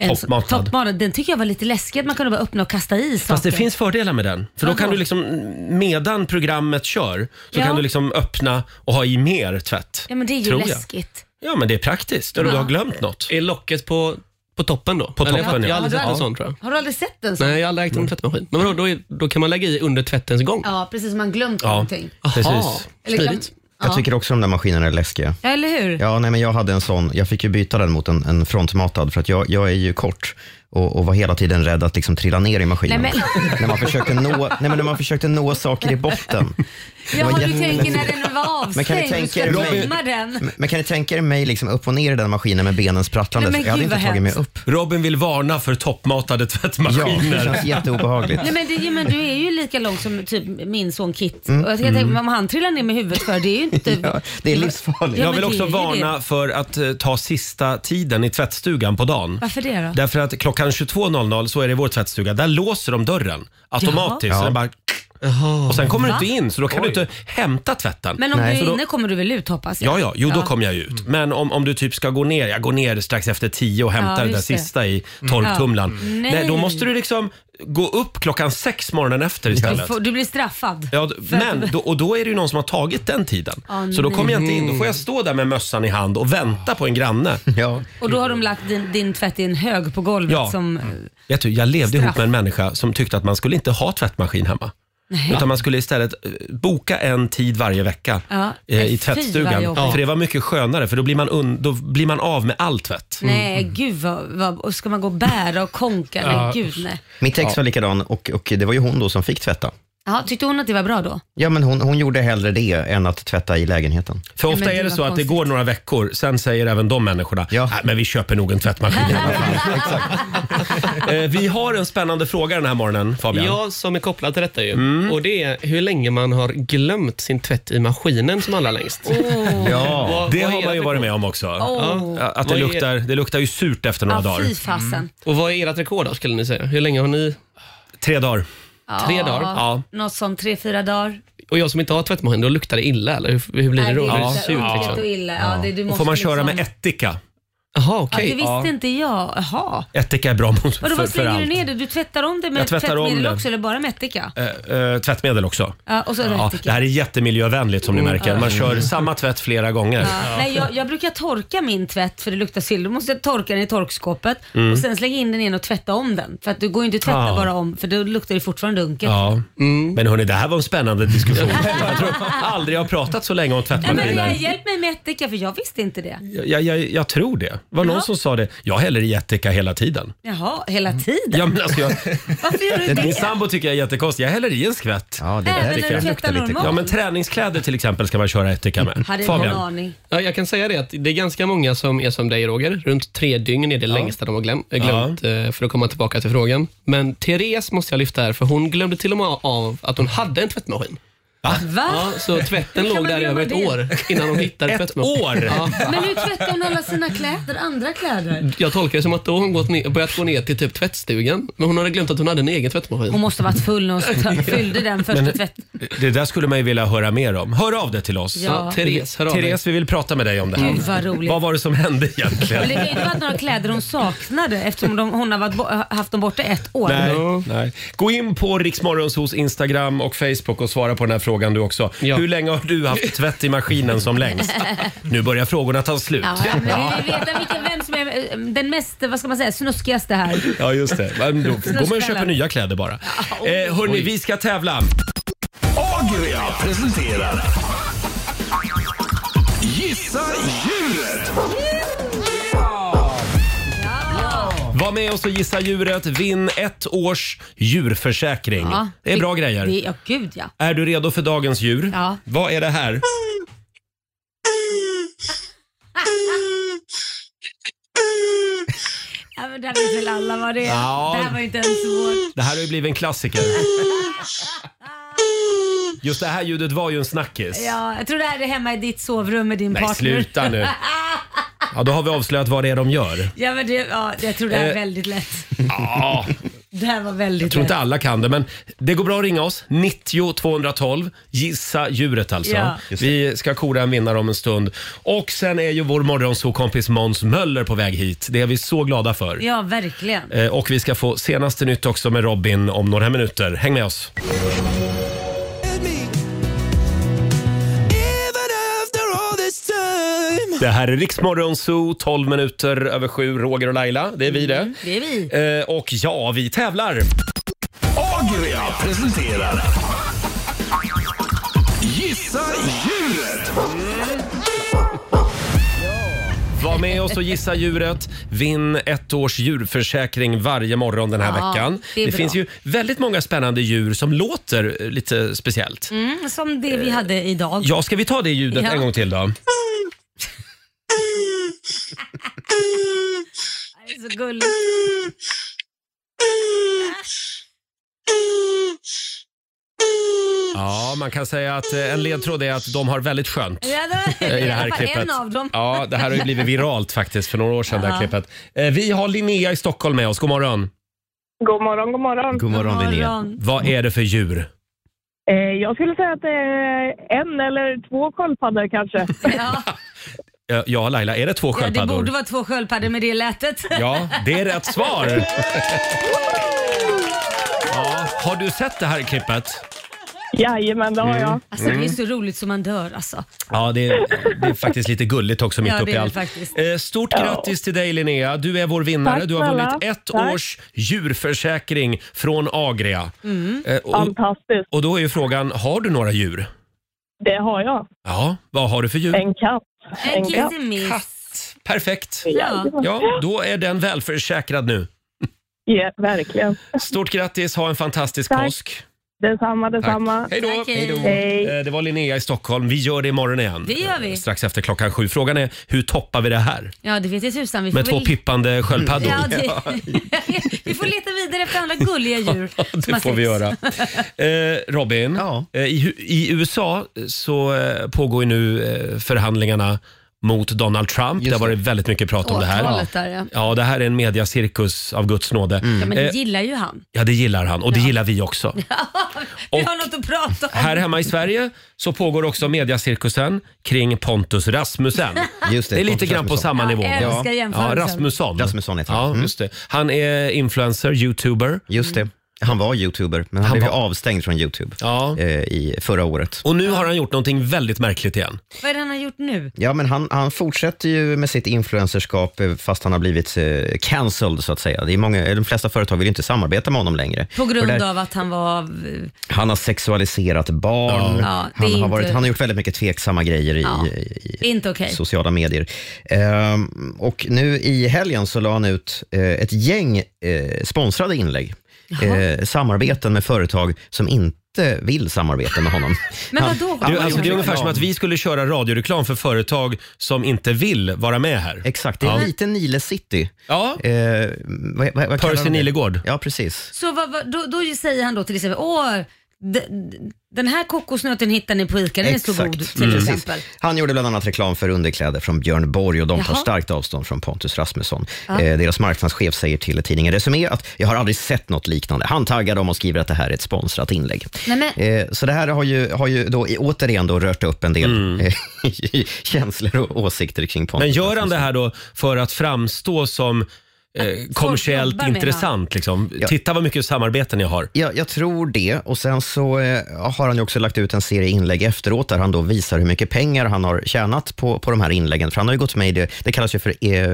S2: sån-
S1: Toppmatad.
S2: toppmatad. Den tycker jag var lite läskig att man kunde bara öppna och kasta i
S1: Fast det
S2: saker.
S1: finns fördelar med den. För då
S2: Vadå?
S1: kan du liksom, medan programmet kör, så
S2: Ja.
S1: kan du liksom öppna och ha i mer tvätt.
S2: Ja men det är ju
S1: Tror jag.
S2: läskigt.
S1: Ja, men det är praktiskt. Eller du har glömt något.
S8: Är locket på, på toppen då?
S1: På
S8: Eller
S1: toppen,
S8: jag,
S1: ja.
S8: jag har aldrig
S2: Ja,
S8: sett
S2: du
S8: en
S2: har-
S8: sån tror jag.
S2: Har du aldrig sett en sån?
S8: Nej, jag har aldrig ägt en tvättmaskin. Men vadå, då, är- då kan man lägga i under tvättens gång?
S2: Ja, precis som man glömt
S1: Ja,
S2: någonting.
S8: Jaha,
S1: precis.
S2: Eller glöm-
S8: smidigt.
S3: Jag tycker också de där maskinerna är läskiga.
S2: Ja, eller hur?
S3: Ja, nej, men jag hade en sån. Jag fick ju byta den mot en, en frontmatad för att jag, jag är ju kort och, och var hela tiden rädd att liksom trilla ner i maskinen.
S2: Nej,
S3: när, man försökte nå, nej, men när man försökte nå saker i botten. Det var
S2: Jaha, du
S3: jätte-
S2: tänker när den var avstängd.
S3: Men kan ni
S2: du
S3: tänka
S2: ska
S3: er mig-
S2: tömma den.
S3: Men- Men kan ni tänka er mig liksom upp och ner i den maskinen med benen sprattlandes?
S2: Nej, men
S3: jag hade
S2: gud,
S3: inte
S2: vad
S3: tagit mig
S2: hemskt.
S3: upp.
S1: Robin vill varna för toppmatade
S3: Ja, det
S1: tvättmaskiner.
S3: känns jätteobehagligt.
S2: Nej, men, det, men du är ju lika lång som typ min son Kit. Och jag tänker, om han trillar ner med huvudet för det är ju inte...
S3: Mm. Ja, det är livsfarligt.
S2: Ja,
S1: Jag
S2: men
S1: vill
S2: det
S1: också
S2: är ju
S1: varna för att eh, ta sista tiden i tvättstugan på dagen.
S2: Varför det då?
S1: Därför att klockan 22.00 så är det i vår tvättstuga. Där låser de dörren automatiskt.
S3: Jaha.
S1: Så den bara, och sen kommer
S2: Va?
S1: du inte in så då kan du inte hämta tvätten.
S2: Men om
S3: Nej.
S2: du
S1: Så
S2: är
S1: då-
S2: inne kommer du väl ut hoppas jag?
S1: Ja, ja, jo då kommer jag ju ut. Men om, om du typ ska gå ner, jag går ner strax efter tio och hämtar det
S2: Ja,
S1: där
S2: just det.
S1: sista i torktumlaren.
S2: Ja. Mm.
S1: Nej. då
S2: Nej.
S1: måste du liksom gå upp klockan sex morgonen efter
S2: Du,
S1: istället.
S2: får, du blir straffad.
S1: Ja, d-
S2: För-
S1: men, då, och då är det ju någon som har tagit den tiden.
S2: Åh,
S1: så då kommer jag inte in. Då får jag stå där med mössan i hand och vänta på en granne.
S3: Ja.
S2: Och då har de lagt din, din tvätt i en hög på golvet
S1: Ja. Mm.
S2: som...
S1: Vet du, jag levde ihop
S2: Straff.
S1: med en människa som tyckte att man skulle inte ha tvättmaskin hemma. Utan man skulle istället eh, boka en tid varje vecka
S2: Ja,
S1: eh, i
S2: fy vad
S1: tvättstugan.
S2: jobbigt.
S1: För det var mycket skönare, för då blir man, un- då blir man av med all tvätt.
S2: Nej, gud vad, vad och ska man gå och bära och konka?
S1: Mm. Ja.
S2: Nej, gud nej.
S3: Mitt ex var likadan och, och det var ju hon då som fick tvätta.
S2: Jaha, tyckte hon att det var bra då?
S3: Ja, men hon, hon gjorde hellre det än att tvätta i lägenheten.
S1: För ofta
S2: men det
S1: är det
S2: var
S1: så att det
S2: konstigt.
S1: går några veckor, sen säger även de människorna
S3: Ja.
S1: "Nej, men vi köper nog en tvättmaskin i alla fall." Eh, Vi har en spännande fråga den här morgonen, Fabian.
S8: Ja, som är kopplad till detta ju.
S1: Mm.
S8: Och det är hur länge man har glömt sin tvätt i maskinen som allra längst.
S1: Ja,
S8: Vad-
S1: det
S8: vad
S1: har
S8: är
S1: man ju
S8: det-
S1: varit med om också.
S2: Åh,
S1: Ja, Att det
S8: Vad är-
S1: luktar, det luktar ju surt efter några
S2: ja,
S1: dagar.
S2: fy fasen.
S8: Och vad är ert rekord då, skulle ni säga? Hur länge har ni?
S1: Mm. Tre dagar.
S8: Tre
S2: Ja,
S8: dagar?
S1: Ja.
S2: Något sånt, tre, fyra dagar.
S8: Och jag som inte har tvättmaskin, då luktar det illa eller hur, hur blir det då?
S2: det
S8: Blir det
S2: luktar
S8: surt
S2: äckligt och
S8: liksom?
S2: illa. Ja, det, du
S1: Och
S2: måste
S1: får man köra
S2: liksom-
S1: med ättika.
S8: Jaha,
S2: Ja, det
S8: okej.
S2: visste inte jag. Jaha.
S1: Ättika är bra mot
S2: Vadå,
S1: för,
S2: vad
S1: för
S2: slänger du
S1: allt.
S2: ner det? Du tvättar om det med
S1: Jag tvättar om
S2: tvättmedel
S1: det.
S2: också eller bara med ättika?
S1: Eh, eh, tvättmedel också.
S2: Ja, och så
S1: Ja,
S2: ättika. Mm.
S1: det här är jättemiljövänligt som ni märker. Man kör samma tvätt flera gånger.
S2: Ja. Nej, jag, jag brukar torka min tvätt för det luktar sill. Då måste jag torka den i torkskåpet och sen slänga in den igen och tvätta om den. För att du går ju inte att tvätta
S1: Mm. Ja.
S2: bara om för då luktar det fortfarande unket.
S1: Ja. Men hörni, det här var en spännande diskussion. Jag tror aldrig jag har pratat så länge om
S2: Nej, men
S1: tvättmaskiner.
S2: jag, hjälp mig med ättika för jag visste inte det.
S1: Jag, jag, jag tror det. var någon
S2: Ja.
S1: som sa det. Jag häller i ättika hela tiden.
S2: Jaha, hela tiden?
S1: Ja, men alltså jag,
S2: Varför gör du
S1: min
S2: det?
S1: sambo tycker jag är jättekonstig. Jag häller i en skvätt.
S3: Ja, det
S2: Även
S3: där tycker
S2: när
S3: jag
S2: du
S3: luktar
S2: tvättar
S3: lite.
S2: normalt?
S1: Ja, men träningskläder till exempel ska man köra ättika med.
S2: Hade inte någon
S1: Fabian,
S2: aning.
S8: Ja, jag kan säga det att det är ganska många som är som dig Roger. Runt tre dygn är det längsta de har glöm, äh, glömt eh, för att komma tillbaka till frågan. Men Therese måste jag lyfta här för hon glömde till och med av att hon hade en tvättmaskin.
S1: Ah.
S2: Va?
S8: Ja, så tvätten
S2: Hur Ah. kan
S8: låg
S2: man
S8: där i över ett
S2: glömma
S8: år innan hon hittade
S1: ett
S8: tvättmaskinen.
S1: år!
S2: Men hur tvättar hon alla sina kläder, andra kläder?
S8: Jag tolkar det som att då har hon gått ner, börjat gå ner till typ tvättstugan, men hon hade glömt att hon hade en egen
S2: Hon
S8: tvättmaskin.
S2: måste ha varit full när hon fyllde den första tvätten.
S1: Det där skulle man ju vilja höra mer om. Hör av dig till oss.
S2: Ja.
S8: Ja, Therese, hör av dig.
S1: Therese, vi vill prata med dig om det här.
S2: Gud vad roligt.
S1: Vad var det som hände
S2: Men
S1: egentligen?
S2: det kan ju inte varit några kläder hon saknade eftersom de, hon har varit, bo- haft dem borta ett år.
S1: Nej, nej. Gå in på Riksmorgonsos Instagram och Facebook och svara på den här frågan du också.
S8: Ja.
S1: Hur länge har du haft tvätt i maskinen som längst? Nu börjar frågorna ta slut.
S2: Ja, men vi vill veta vilken, vem som är eh, den mest vad ska man säga, snuskigaste här.
S1: Ja, just det. Men Då går man och köper nya kläder bara. Eh, hörni, vi ska tävla.
S5: Agria presenterar Gissa djuret!
S1: Var med oss och gissa djuret. Vinn ett års djurförsäkring.
S2: Ja.
S1: Det är bra
S2: Vi-
S1: grejer.
S2: vi- Ja, gud ja.
S1: Är du redo för dagens djur?
S2: Ja.
S1: Vad är det här?
S2: ja men det här vet väl alla vad det är.
S1: Ja.
S2: Det här var ju inte ens svårt.
S1: Det här har ju blivit en klassiker. Just det här ljudet var ju en snackis.
S2: Ja, jag tror det här är hemma i ditt sovrum med din
S1: Nej,
S2: partner.
S1: sluta nu. Ja, då har vi avslöjat vad det är de gör.
S2: Ja, men det, ja, jag tror det här
S1: Eh.
S2: är väldigt lätt. Det här var väldigt
S1: Jag tror inte
S2: lätt.
S1: alla kan det, men det går bra att ringa oss. 90 212. Gissa djuret alltså.
S2: Ja.
S1: Vi ska kora en vinnare om en stund. Och sen är ju vår morgonsokompis Måns Möller på väg hit. Det är vi så glada för.
S2: Ja, verkligen.
S1: Eh, Och vi ska få senaste nytt också med Robin om några minuter. Häng med oss. Det här är Riksmorgon Zoo, 12 minuter över sju. Roger och Laila, det är vi det.
S2: Det är vi.
S1: Eh, Och ja, vi tävlar.
S5: Agria presenterar Gissa djuret!
S1: Var med oss och gissa djuret. Vinn ett års djurförsäkring varje morgon den här
S2: Ja,
S1: veckan.
S2: det är bra.
S1: finns ju väldigt många spännande djur som låter eh, lite speciellt.
S2: Mm, som det vi hade idag.
S1: eh. Ja, ska vi ta det ljudet
S2: Ja.
S1: en gång till då?
S2: Det är så gulligt.
S1: Ja, man kan säga att eh, en ledtråd är att de har väldigt skönt.
S2: Ja, det
S1: eh,
S2: var
S1: I
S2: i
S1: det här
S2: alla fall
S1: klippet.
S2: en av dem.
S1: Ja, det här har ju blivit viralt faktiskt för några år sedan. Det här
S2: Ja.
S1: klippet. Eh, Vi har Linnea i Stockholm med oss. God morgon.
S6: God morgon, god morgon.
S3: God morgon, Linnea.
S2: Morgon.
S1: Vad är det för djur?
S6: Eh, jag skulle säga att det är en eller två sköldpaddor kanske.
S2: Ja,
S1: Eh, Ja, Laila, är det två
S2: ja, det
S1: sköldpaddor?
S2: borde vara två sköldpaddor med det lätet.
S1: Ja, det är rätt svar. Ja, har du sett det här klippet?
S6: Jajamän, det har jag.
S2: Alltså
S1: Mm.
S2: det är så roligt som man dör alltså.
S1: Ja, det är, det är faktiskt lite gulligt också mitt
S2: Ja, det
S1: uppe i
S2: är det
S1: allt.
S2: faktiskt.
S1: Eh, Stort grattis till dig Linnea. Du är vår vinnare.
S6: Tack
S1: du har vunnit
S6: snälla.
S1: ett
S6: Tack.
S1: års djurförsäkring från Agria.
S2: Mm.
S1: Eh, och,
S6: Fantastiskt.
S1: och då är ju frågan, har du några djur?
S6: Det har jag.
S1: Ja, vad har du för djur?
S6: En katt.
S2: En
S6: En katt.
S2: kissemiss.
S1: Katt. Perfekt.
S2: Ja.
S1: Ja, då är den välförsäkrad nu.
S6: Ja, verkligen.
S1: Stort grattis, ha en fantastisk
S6: Tack.
S1: påsk.
S6: Detsamma,
S1: Tack.
S6: detsamma.
S1: Hej då.
S2: Tack, hej.
S6: Hej.
S1: Eh, Det var Linnea i Stockholm. Vi gör det imorgon igen.
S2: Det gör vi.
S1: Eh, Strax efter klockan sju. Frågan är, hur toppar vi det här?
S2: Ja det vet jag tusan. Vi får
S1: Med två
S2: väl-
S1: pippande sköldpaddor.
S2: Ja, det... vi får leta vidare efter andra gulliga djur. som
S1: Det
S2: har
S1: får vi
S2: sex.
S1: göra. Eh, Robin,
S3: Ja.
S1: eh, i, hu- i USA så eh, pågår ju nu eh, förhandlingarna mot Donald Trump.
S3: Just
S1: det har varit väldigt mycket prat om det här.
S2: Åtalet där ja.
S1: Ja, det här är en mediacirkus av guds nåde.
S3: Mm.
S2: ja men
S1: Eh,
S2: det gillar ju han.
S1: Ja, det gillar han och det gillar vi också.
S2: Vi
S1: Och-
S2: har något att prata om.
S1: Här hemma i Sverige så pågår också mediacirkusen kring Pontus Rasmussen.
S3: Just det,
S1: Det är lite
S3: Pontus
S1: grann på
S3: Rasmusson.
S1: samma nivå.
S2: Jag älskar
S1: Ja,
S2: jämförelsen.
S1: Rasmusson.
S3: Rasmusson heter han.
S1: ja,
S3: Mm.
S1: just det. Han är influencer, youtuber.
S3: Just det. Han var youtuber, men han,
S1: Han
S3: blev ju
S1: var-
S3: avstängd från Youtube
S1: Ja.
S3: eh, i förra året.
S1: Och nu har han gjort någonting väldigt märkligt igen.
S2: Vad är det han har gjort nu?
S3: Ja, men han, han fortsätter ju med sitt influencerskap eh, fast han har blivit eh, cancelled så att säga. Det är många, eller de flesta företag vill ju inte samarbeta med honom längre.
S2: På grund
S3: För där-
S2: av att han var... eh,
S3: Han har sexualiserat barn.
S2: Ja, det är
S3: han, har
S2: inte-
S3: varit, han har gjort väldigt mycket tveksamma grejer i,
S2: Ja.
S3: i, i
S2: Inte okej.
S3: sociala medier. Ehm, och nu i helgen så la han ut eh, ett gäng eh, sponsrade inlägg. Eh, samarbeten med företag som inte vill samarbeta med honom.
S2: Men
S3: Han-
S2: vadå?
S3: han
S1: Du,
S3: har
S1: alltså,
S3: gjort
S1: det är ungefär
S3: reklam.
S1: som att vi skulle köra radioreklam för företag som inte vill vara med här.
S3: Exakt, det är
S1: Ja.
S3: lite Nile City.
S1: Ja,
S3: Eh, vad, vad, vad kallar
S1: Percy
S3: de det?
S1: Nilegård.
S3: Ja, precis.
S2: Så vad, vad, då, då säger han då till exempel, åh, d- d- den här kokosnöten hittar ni på ICA, den är så god till
S3: Mm.
S2: exempel.
S3: Precis. Han gjorde bland annat reklam för underkläder från Björn Borg och de tar
S2: Jaha.
S3: starkt avstånd från Pontus Rasmusson. Eh, deras marknadschef säger till tidningen Resumé att jag har aldrig sett något liknande. Han taggar dem och skriver att det här är ett sponsrat inlägg.
S2: Nej, men-
S3: Eh, så det här har ju, har ju då, i- återigen då rört upp en del eh, känslor och åsikter kring Pontus
S1: Mm. Men gör han
S3: Rasmusson.
S1: det här då för att framstå som eh, kommersiellt
S2: jobbar med
S1: intressant? Liksom?
S3: Ja.
S1: Titta vad mycket samarbeten jag har.
S3: Ja, jag tror det. Och sen så eh, har han ju också lagt ut en serie inlägg efteråt där han då visar hur mycket pengar han har tjänat på, på de här inläggen. För han har ju gått med i det, det kallas ju för eh, eh,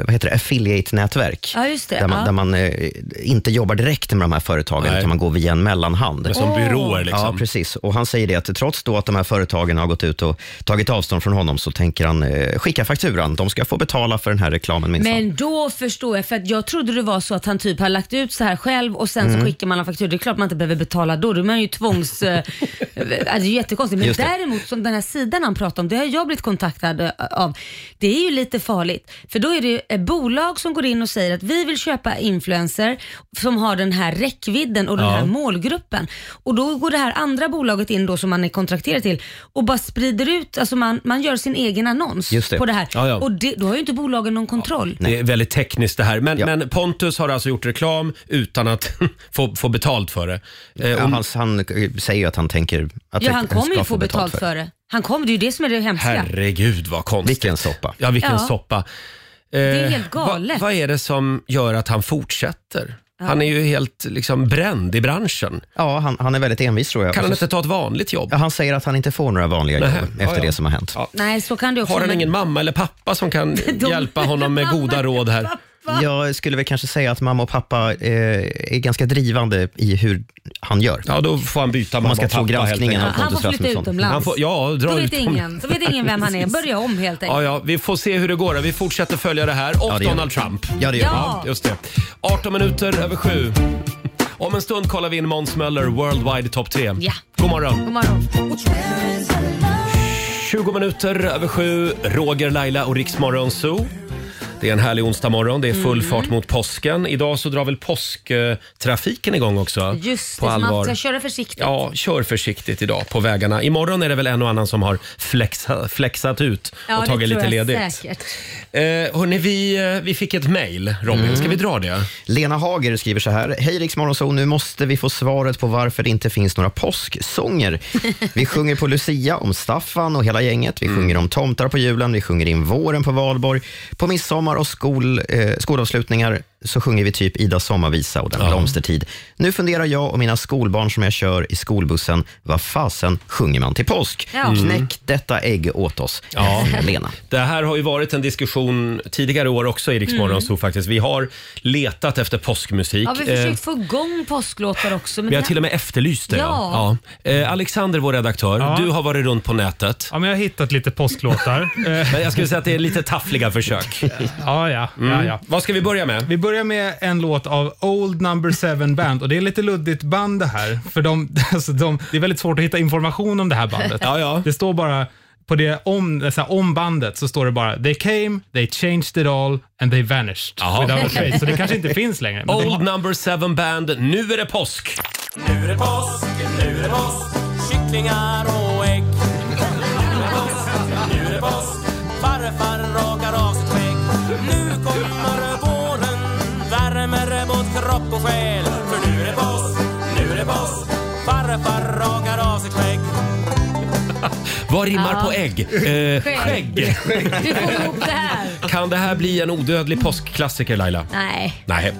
S3: vad heter det? affiliate-nätverk.
S2: Ja, just det.
S3: Där man,
S2: Ja.
S3: där man eh, inte jobbar direkt med de här företagen,
S1: Nej.
S3: utan man går via en mellanhand.
S1: Men Som byråer liksom.
S3: Ja, precis. Och han säger det att trots då att de här företagen har gått ut och tagit avstånd från honom så tänker han eh, skicka fakturan. De ska få betala för den här reklamen minsann.
S2: Men då förstår jag, för att jag trodde det var så att han typ har lagt ut så här själv och sen
S3: Mm.
S2: så skickar man en faktura. Det är klart man inte behöver betala då, då är man ju tvångs... eh, eh, det är ju jättekonstigt. Men
S3: Just det.
S2: däremot som den här sidan han pratar om, det har jag blivit kontaktad eh, av. Det är ju lite farligt, för då är det ju eh, bolag som går in och säger att vi vill köpa influencer som har den här räckvidden och den
S1: Ja.
S2: här målgruppen. Och då går det här andra bolaget in då som man är kontrakterad till och bara sprider ut, alltså man, man gör sin egen annons
S3: Just det.
S2: på det här.
S1: Ja, ja.
S2: Och det, då har ju inte bolagen någon kontroll.
S1: Det är väldigt tekniskt det här. Men,
S3: Ja.
S1: men Pontus har alltså gjort reklam utan att få, få betalt för det. Eh,
S3: Ja,
S1: och-
S3: han, han eh, säger ju att han tänker att
S2: Ja, han kommer
S3: ska
S2: ju få betalt för det. Han kommer, det är ju det som är det hemska.
S1: herregud vad konstigt.
S3: Vilken soppa.
S1: Ja, vilken
S2: Ja.
S1: soppa.
S2: är
S1: Eh,
S2: helt galet.
S1: Vad, vad är det som gör att han fortsätter? Han är ju helt liksom bränd i branschen.
S3: Ja, han, han är väldigt envis tror jag.
S1: Kan
S3: Och
S1: han
S3: så-
S1: inte ta ett vanligt jobb?
S3: Ja, han säger att han inte får några vanliga jobb
S1: Nähä, ja,
S3: efter
S1: ja.
S3: det som har hänt.
S1: Ja.
S2: Nej, så kan det också.
S1: Har han
S2: men-
S1: ingen mamma eller pappa som kan
S2: De-
S1: hjälpa honom med goda råd här?
S3: Jag skulle väl kanske säga att mamma och pappa eh, är ganska drivande i hur han gör.
S1: Ja, då får han byta mamma
S3: Man ska
S1: och
S3: tro
S1: pappa helt
S3: granskningen av
S1: enkelt.
S2: Han får
S3: Pontus
S2: flytta
S3: Rasmusson.
S2: utomlands.
S1: Han får, ja, dra
S2: Då vet
S1: ut honom.
S2: ingen, då vet ingen vem han är. Börja om helt enkelt.
S1: Ja, ja, vi får se hur det går. Vi fortsätter följa det här. Och
S3: Ja, det gör
S1: Donald
S3: vi.
S1: Trump.
S3: Ja, det gör vi.
S2: Ja.
S1: just det. 18 minuter över sju. Om en stund kollar vi in Måns Möller, Worldwide Top 3.
S2: Ja.
S1: God morgon.
S2: God morgon.
S1: 20 minuter över sju. Roger, Laila och Riksmorgon Zoo. Det är en härlig onsdag morgon. Det är full
S2: Mm.
S1: fart mot påsken. Idag så drar väl påsktrafiken igång också.
S2: Just
S1: på
S2: det, så man
S1: allvar.
S2: ska köra försiktigt.
S1: Ja, kör försiktigt idag på vägarna. Imorgon är det väl en och annan som har flexa, flexat ut och
S2: Ja, det
S1: tagit
S2: tror
S1: lite
S2: jag
S1: ledigt.
S2: Säkert.
S1: Eh, hörni, vi, eh, vi fick ett mejl, Robin. Ska vi dra det?
S3: Lena Hager skriver så här. Hej Rix Morgonzoo, nu måste vi få svaret på varför det inte finns några påsksånger. Vi sjunger på Lucia om Staffan och hela gänget.
S2: Mm.
S3: Vi sjunger om tomtar på julen. Vi sjunger in våren på valborg, på midsommar och skol, eh, skolavslutningar. så sjunger vi typ Ida sommarvisa och Den blomstertid. Nu funderar jag och mina skolbarn som jag kör i skolbussen, vad fasen sjunger man till påsk?
S2: Ja. Mm.
S3: Knäck detta ägg åt oss,
S1: Ja.
S3: Lena.
S1: Det här har ju varit en diskussion tidigare år också i Rix mm. faktiskt. Vi har letat efter påskmusik.
S2: Ja, vi har
S1: Eh,
S2: försökt få igång påsklåtar också. Men
S1: vi har
S2: det-
S1: till och med efterlyst det.
S2: Ja.
S1: Ja. Eh, Alexander, vår redaktör, du har varit runt på nätet.
S10: Ja, men jag har hittat lite påsklåtar. Eh,
S1: Men jag skulle säga att det är lite taffliga försök.
S10: ja, ja, ja, ja.
S1: Vad ska vi börja med?
S10: Vi börjar med en låt av Old Number Seven Band och det är lite luddigt band det här. För de, alltså de, det är väldigt svårt att hitta information om det här bandet.
S1: Ja, ja.
S10: Det står bara på det om, så här, om bandet så står det bara “They came, they changed it all and they vanished
S1: Jaha.
S10: without a trace”. Så det kanske inte finns längre. Men de,
S1: Old number seven band, nu är det påsk!
S9: Nu är det påsk, nu är det påsk, kycklingar och ägg. Nu är det påsk, nu är det påsk, farfar rakar av sitt skägg. Nu kommer våren, värmer mot kropp och själ. För nu är det påsk, nu är det påsk, farfar rakar av sitt skägg.
S1: Vad rimmar på ägg? Eh, skägg!
S2: Hur får vi ihop det här?
S1: Kan det här bli en odödlig påskklassiker Laila?
S2: Nej.
S1: Nej.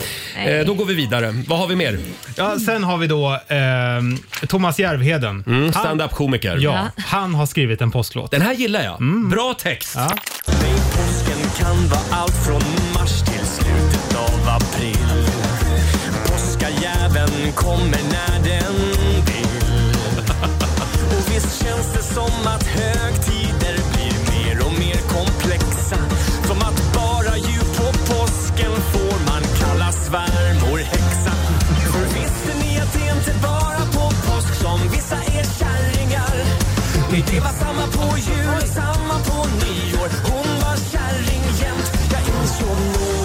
S1: Eh, då går vi vidare. Vad har vi mer?
S10: ja, sen har vi då ehm, Thomas Järvheden.
S1: Mm, Standup-komiker.
S10: Ja, han har skrivit en påsklåt.
S1: Den här gillar jag. Bra text.
S9: Nej, påsken kan vara allt från mars till slutet av april. Påskajäveln kommer när den vill. Och visst känns det som att högtider blir mer och mer komplexa. Som att bara ju på påsken får man kalla svärmor häxa. För visste ni att det inte bara på påsk som vissa är kärringar? Ni det var samma på jul, samma på nyår. Hon var kärring jämt. Jag insåg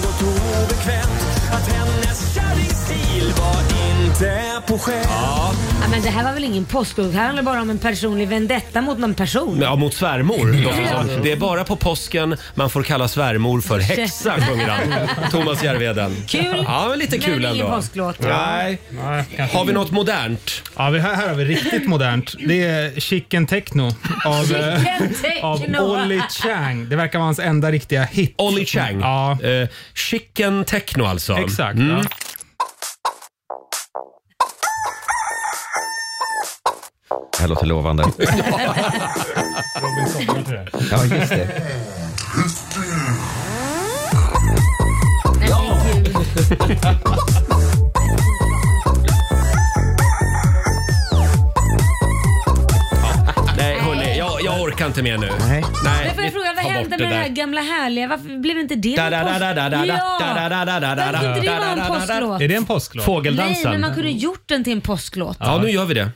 S9: något obekvämt att hennes kärringsstil var inte på skämt.
S2: Ja, men det här var väl ingen påsklåt? Det här handlar bara om en personlig vendetta mot någon person.
S1: Ja, mot svärmor. låter det som. Det är bara på påsken man får kalla svärmor för häxa, sjunger han. Thomas Järvheden.
S2: Kul.
S1: Ja, men lite kul
S2: men ingen
S1: ändå.
S2: påsklåt.
S1: Nej. Har vi något modernt?
S10: Ja, vi, här, här har vi riktigt modernt. Det är Chicken Techno av, eh,
S2: Chicken Techno.
S10: av Olly Chang. Det verkar vara hans enda riktiga hit.
S1: Olly Chang.
S10: Ja.
S1: Eh, chicken techno alltså.
S10: Exakt.
S1: Mm.
S10: Ja.
S3: Det här låter lovande. Ja, just det.
S1: Nej, hörni, jag, jag orkar inte mer nu.
S3: Nej.
S1: Nej,
S2: Men får jag fråga, vad hände med det här gamla härliga? Varför blev inte det
S1: Da,
S2: en
S1: da, da, da, da, da,
S2: påsklåt?
S1: da, da, da, da, da,
S2: Ja! Varför kunde det
S1: da,
S2: vara
S1: da, da,
S2: en
S1: da,
S2: påsklåt?
S10: Är det en påsklåt?
S2: Nej, men
S1: Fågeldansen.
S2: man kunde gjort den till en påsklåt.
S1: Ja, nu gör vi det.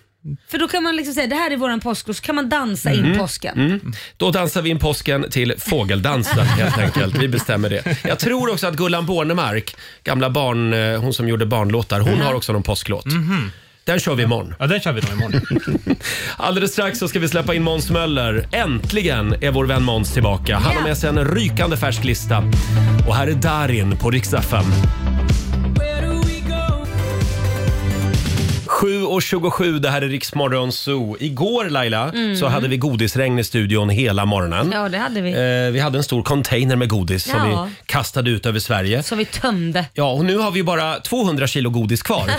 S2: För då kan man liksom säga, det här är våran påsklåt, så kan man dansa
S1: Mm.
S2: in påsken.
S1: Då dansar vi in påsken till fågeldansen helt enkelt. Vi bestämmer det. Jag tror också att Gullan Bornemark, gamla barn, eh, hon som gjorde barnlåtar, hon har också någon påsklåt. Den kör vi imorgon.
S10: Ja, den kör vi då imorgon.
S1: Alldeles strax så ska vi släppa in Måns Möller. Äntligen är vår vän Måns tillbaka. Han har med sig en rykande färsk lista. Och här är Darin på riksdag 5. 7.27, det här är Riksmorgon Zoo. Igår Laila så hade vi godisregn i studion hela morgonen.
S2: Mm. Ja, det hade vi.
S1: Eh, vi hade en stor container med godis som
S2: Ja.
S1: vi kastade ut över Sverige.
S2: Så vi tömde.
S1: Ja, och nu har vi bara 200 kilo godis kvar.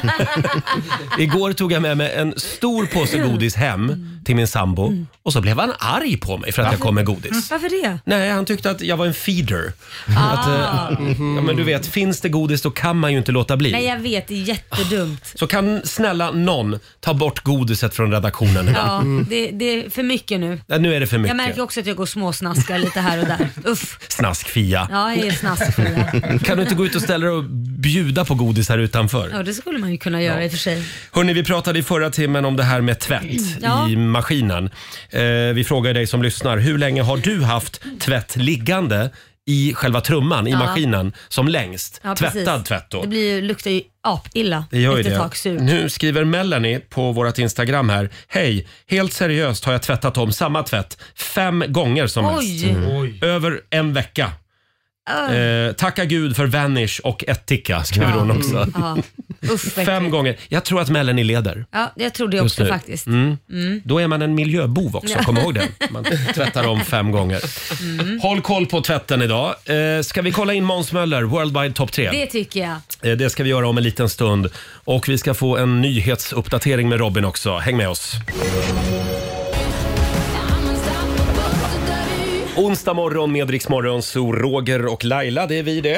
S1: Igår tog jag med mig en stor påse godis hem till min sambo och så blev han arg på mig för att jag kom med godis.
S2: Varför det?
S1: Nej, han tyckte att jag var en feeder. Att, eh, ja, men du vet, finns det godis då kan man ju inte låta bli.
S2: Ah. Nej, jag vet, det är jättedumt.
S1: Så kan snälla någon ta bort godiset från redaktionen idag.
S2: Ja, det, det är för mycket nu.
S1: Nej, Nu är det för
S2: Jag
S1: mycket.
S2: märker också att jag går och småsnaskar lite här och där. Uff.
S1: Snaskfia.
S2: Ja, jag är snaskfria.
S1: Kan du inte gå ut och ställa dig och bjuda på godis här utanför?
S2: Ja, det skulle man ju kunna göra i och för sig.
S1: Hörni, vi pratade i förra timmen om det här med tvätt
S2: Mm. Ja.
S1: i maskinen. Eh, vi frågar dig som lyssnar, hur länge har du haft tvätt liggande i själva trumman i maskinen som längst?
S2: Ja, precis.
S1: Tvättad tvätt då.
S2: Det blir, ju- luktar ju apilla
S1: Det gör ju
S2: efter ett
S1: det.
S2: tag. Surt.
S1: Nu skriver Melanie på vårt Instagram här. Hej! Helt seriöst har jag tvättat om samma tvätt fem gånger som mest.
S2: Oj!
S10: Oj.
S1: Över en vecka. Eh, tacka gud för Vanish och Etika skriver hon också.
S2: Ja. Usch, vad
S1: Fem
S2: äckligt.
S1: gånger. Jag tror att Melanie leder.
S2: Ja, jag trodde
S1: Just
S2: också
S1: nu.
S2: faktiskt.
S1: Mm. Då är man en miljöbov också,
S2: Ja. Mm.
S1: kom ihåg det. Man tvättar om fem gånger. Håll koll på tvätten idag. Eh, ska vi kolla in Måns Möller, Worldwide Top 3?
S2: Det tycker jag.
S1: Eh, Det ska vi göra om en liten stund. Och vi ska få en nyhetsuppdatering med Robin också. Häng med oss. Onsdag morgon med Rix Morgon, så Roger och Laila, det är vi det.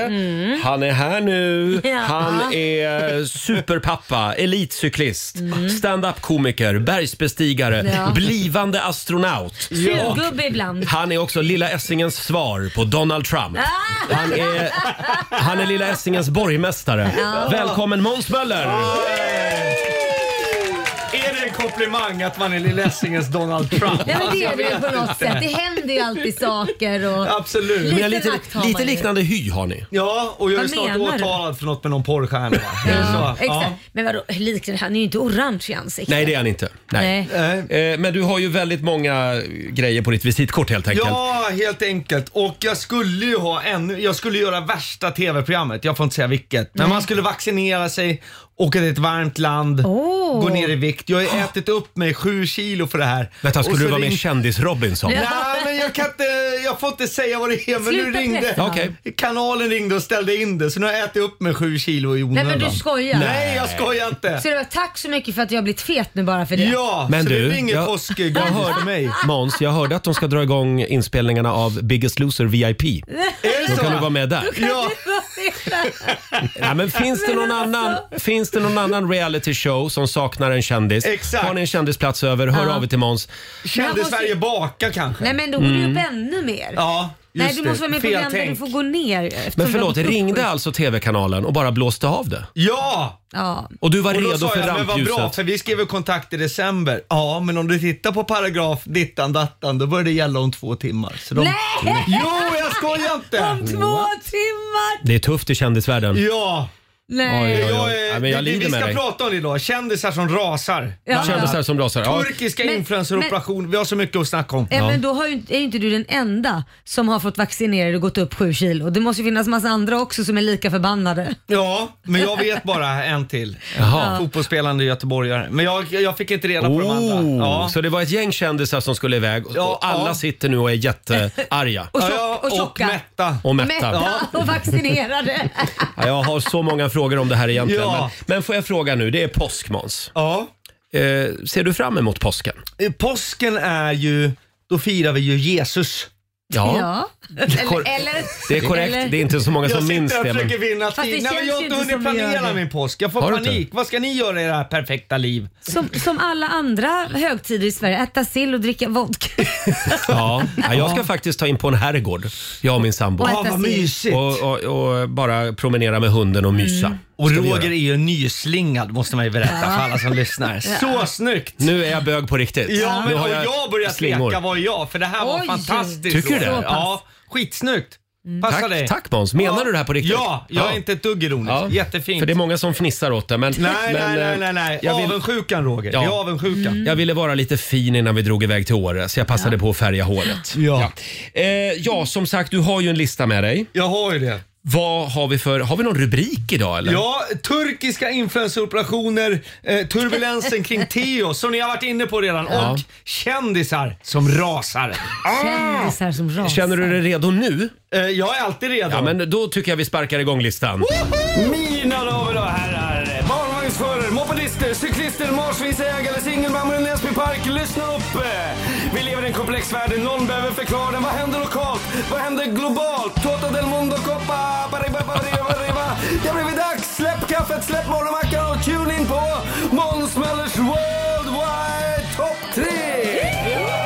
S1: Han är här nu.
S2: Mm. Ja.
S1: Han är superpappa, elitcyklist, stand-up-komiker, bergsbestigare,
S2: Mm. Ja.
S1: blivande astronaut.
S2: Surgubbe ibland.
S1: Han är också Lilla Essingens svar på Donald Trump.
S10: Ah!
S1: Han är, han är Lilla Essingens borgmästare. Välkommen Måns Möller!
S10: Ah, Är det en komplimang att man är Lilla Essingens Donald Trump? Alltså,
S2: Ja, men det är det väl på något sätt. Det händer ju alltid saker och...
S10: Absolut.
S1: Ni har
S2: Lite
S1: lite,
S2: makt har man
S1: lite
S2: ju.
S1: liknande hy har ni.
S10: Ja, och jag är
S2: Vad
S10: snart
S2: menar du?
S10: åtalad för något med någon porrstjärna. va? Är det
S2: Ja,
S10: så?
S2: exakt. Men vadå, likt den här, han är ju inte orange i ansiktet.
S1: Nej, det är han inte. Nej.
S2: Nej.
S10: Nej.
S1: Eh, Men du har ju väldigt många eh, grejer på ditt visitkort helt enkelt.
S10: Ja, helt enkelt. Och jag skulle ju ha ännu, jag skulle göra värsta TV-programmet, jag får inte säga vilket. Men man skulle vaccinera sig, åka till ett varmt land,
S2: Åh.
S10: gå ner i vikt. Jag har ju ätit upp mig sju kilo för det här.
S1: Vänta,
S10: Och
S1: skulle
S10: så
S1: du vara med i
S10: ring-
S1: Kändis-Robinson?
S10: Nej, men jag kan inte, jag får inte säga vad det är. Men nu
S2: Sluta
S10: ringde,
S2: pressa.
S1: Okej.
S10: kanalen ringde och ställde in det. Så nu har jag ätit upp mig sju kilo
S2: Nej
S10: i onödan.
S2: men du skojar.
S10: Nej, jag skojar inte.
S2: Så det var tack så mycket för att jag har blivit fet nu bara för det.
S10: Ja,
S1: Men
S10: så
S1: du,
S10: det blir ingen
S1: jag-
S10: påskgodis för mig.
S1: Måns, jag hörde att de ska dra igång inspelningarna av Biggest Loser VIP.
S10: Är det
S1: Då
S10: så?
S1: kan du vara med där.
S10: Ja.
S1: Nej, men finns, det någon annan, finns det någon annan reality show som saknar en kändis?
S10: Exakt.
S1: Har ni en kändisplats över, hör
S2: Ja.
S1: av er till Måns.
S2: Jag måste-
S10: Kändis-Sverige baka kanske?
S2: Nej men då går
S1: Mm.
S2: du upp ännu mer.
S10: Ja, just
S2: Nej du måste vara med på
S10: Fel
S2: program där du
S10: tänk.
S2: får gå ner. eh, eftersom
S1: Men förlåt,
S2: du har gått upp.
S1: ringde alltså TV-kanalen och bara blåste av det?
S10: Ja!
S2: Ja.
S1: Och du var
S10: Och då
S1: redo
S10: sa
S1: för
S10: jag, men vad bra,
S1: rampljuset?
S10: för vi skrev ju kontakt i december. Ja, men om du tittar på paragraf dittan dattan, då börjar det gälla om två timmar. Så de...
S2: Nej!
S10: Jo, jag skojar
S2: Om
S10: inte!
S2: två timmar!
S1: Det är tufft i kändisvärlden.
S10: Ja,
S1: Oj,
S2: Nej.
S1: oj.
S10: jag, är-
S1: Ja, men jag
S10: det,
S1: lider
S10: vi
S1: med
S10: ska
S1: dig.
S10: prata om det idag. Kändisar som rasar.
S2: Ja.
S1: Kändisar som rasar. Ja.
S10: Turkiska
S2: Men-
S10: influenceroperation. Vi har så mycket att snacka om.
S2: Ja, Eh, men då har ju, inte- är ju inte du den enda som har fått vaccinera dig och gått upp sju kilo. Det måste ju finnas massa andra också som är lika förbannade.
S10: Ja, men jag vet bara en till.
S1: Jaha.
S10: Fotbollsspelande göteborgare. Men jag, jag fick inte reda på de andra.
S1: Oh,
S10: Ja.
S1: så det var ett gäng kändisar som skulle iväg och,
S10: Ja,
S1: och alla
S10: ja.
S1: sitter nu och är jättearga
S2: Och
S10: Ja,
S2: tjock-
S10: ja,
S2: och tjocka.
S10: mätta.
S1: och mätta.
S2: Mätta och vaccinerade.
S1: Ja, jag har så många frågor om det här egentligen.
S10: Ja.
S1: Men, men får jag fråga nu, det är påsk Måns.
S10: Ja.
S1: Eh, ser du fram emot påsken?
S10: Eh, Påsken är ju, då firar vi ju Jesus.
S2: Ja. Eller, eller,
S1: Det är korrekt,
S2: Eller-
S1: det är inte så många
S10: Jag
S1: som minns
S10: sitter här
S1: det.
S10: och
S1: Men...
S10: försöker vinna
S2: Fast det
S10: tid. Nej, men jag har
S2: känns
S10: inte
S2: ju inte
S10: hunnit
S2: som vi
S10: planera
S2: gör det.
S10: min påsk. Jag får
S1: Har du
S10: panik. Vad ska ni göra i era perfekta liv?
S2: Som, som alla andra högtider i Sverige, äta sill och dricka vodka.
S1: Ja. Ja, jag ska faktiskt ta in på en herrgård, jag och min sambo.
S2: Wow.
S10: Ah,
S2: Äta
S10: vad
S2: sill.
S10: mysigt. Och,
S1: Och, och, och bara promenera med hunden och mysa. Ska vi
S10: Roger är
S1: göra.
S10: ju nyslingad måste man ju berätta för alla som lyssnar. Så snyggt!
S1: Nu är jag bög på riktigt.
S10: Ja,
S1: nu
S10: men och jag börjar tveka vad jag för det här var
S2: Oj.
S10: fantastiskt. Mm.
S1: Tycker du
S10: Roger.
S1: det?
S2: Så pass.
S10: Ja, skitsnyggt. Passa dig.
S1: Tack, tack Måns, menar
S10: Ja.
S1: du det här på riktigt?
S10: Ja, jag är inte ett dugg ironisk.
S1: Ja.
S10: Jättefint.
S1: För det är många som fnissar åt det. Men,
S10: Nej,
S1: men,
S10: nej,
S1: eh,
S10: nej, nej, nej.
S1: Jag, vill,
S10: Avundsjukan Roger.
S1: Ja.
S10: Jag är avundsjuka.
S1: jag ville vara lite fin innan vi drog iväg till Åre, så jag passade på att färga håret.
S10: Ja.
S1: Eh, ja, som sagt, du har ju en lista med dig.
S10: Jag har ju det.
S1: Vad har vi för... Har vi någon rubrik idag eller?
S10: Ja, turkiska influenceroperationer, eh, turbulensen kring Theo som ni har varit inne på redan
S1: Ja.
S10: och kändisar som rasar.
S2: Ah. Kändisar som rasar.
S1: Känner du dig redo nu?
S10: Eh, jag är alltid redo.
S1: Ja, men då tycker jag vi sparkar igång listan.
S10: Mina damer och herrar, barnvagnsförare, mopedister, cyklister, marsvinsägare, singelmammor i Näsby Park. Lyssna upp! Vi lever i en komplex värld, någon behöver förklara den. Vad händer lokalt? Vad händer globalt? Toto del mundo coppa, bariba, bariba, bariba. Det har blivit dags! Släpp kaffet, släpp morgonmackan och tune in på Måns Möllers Worldwide Top 3!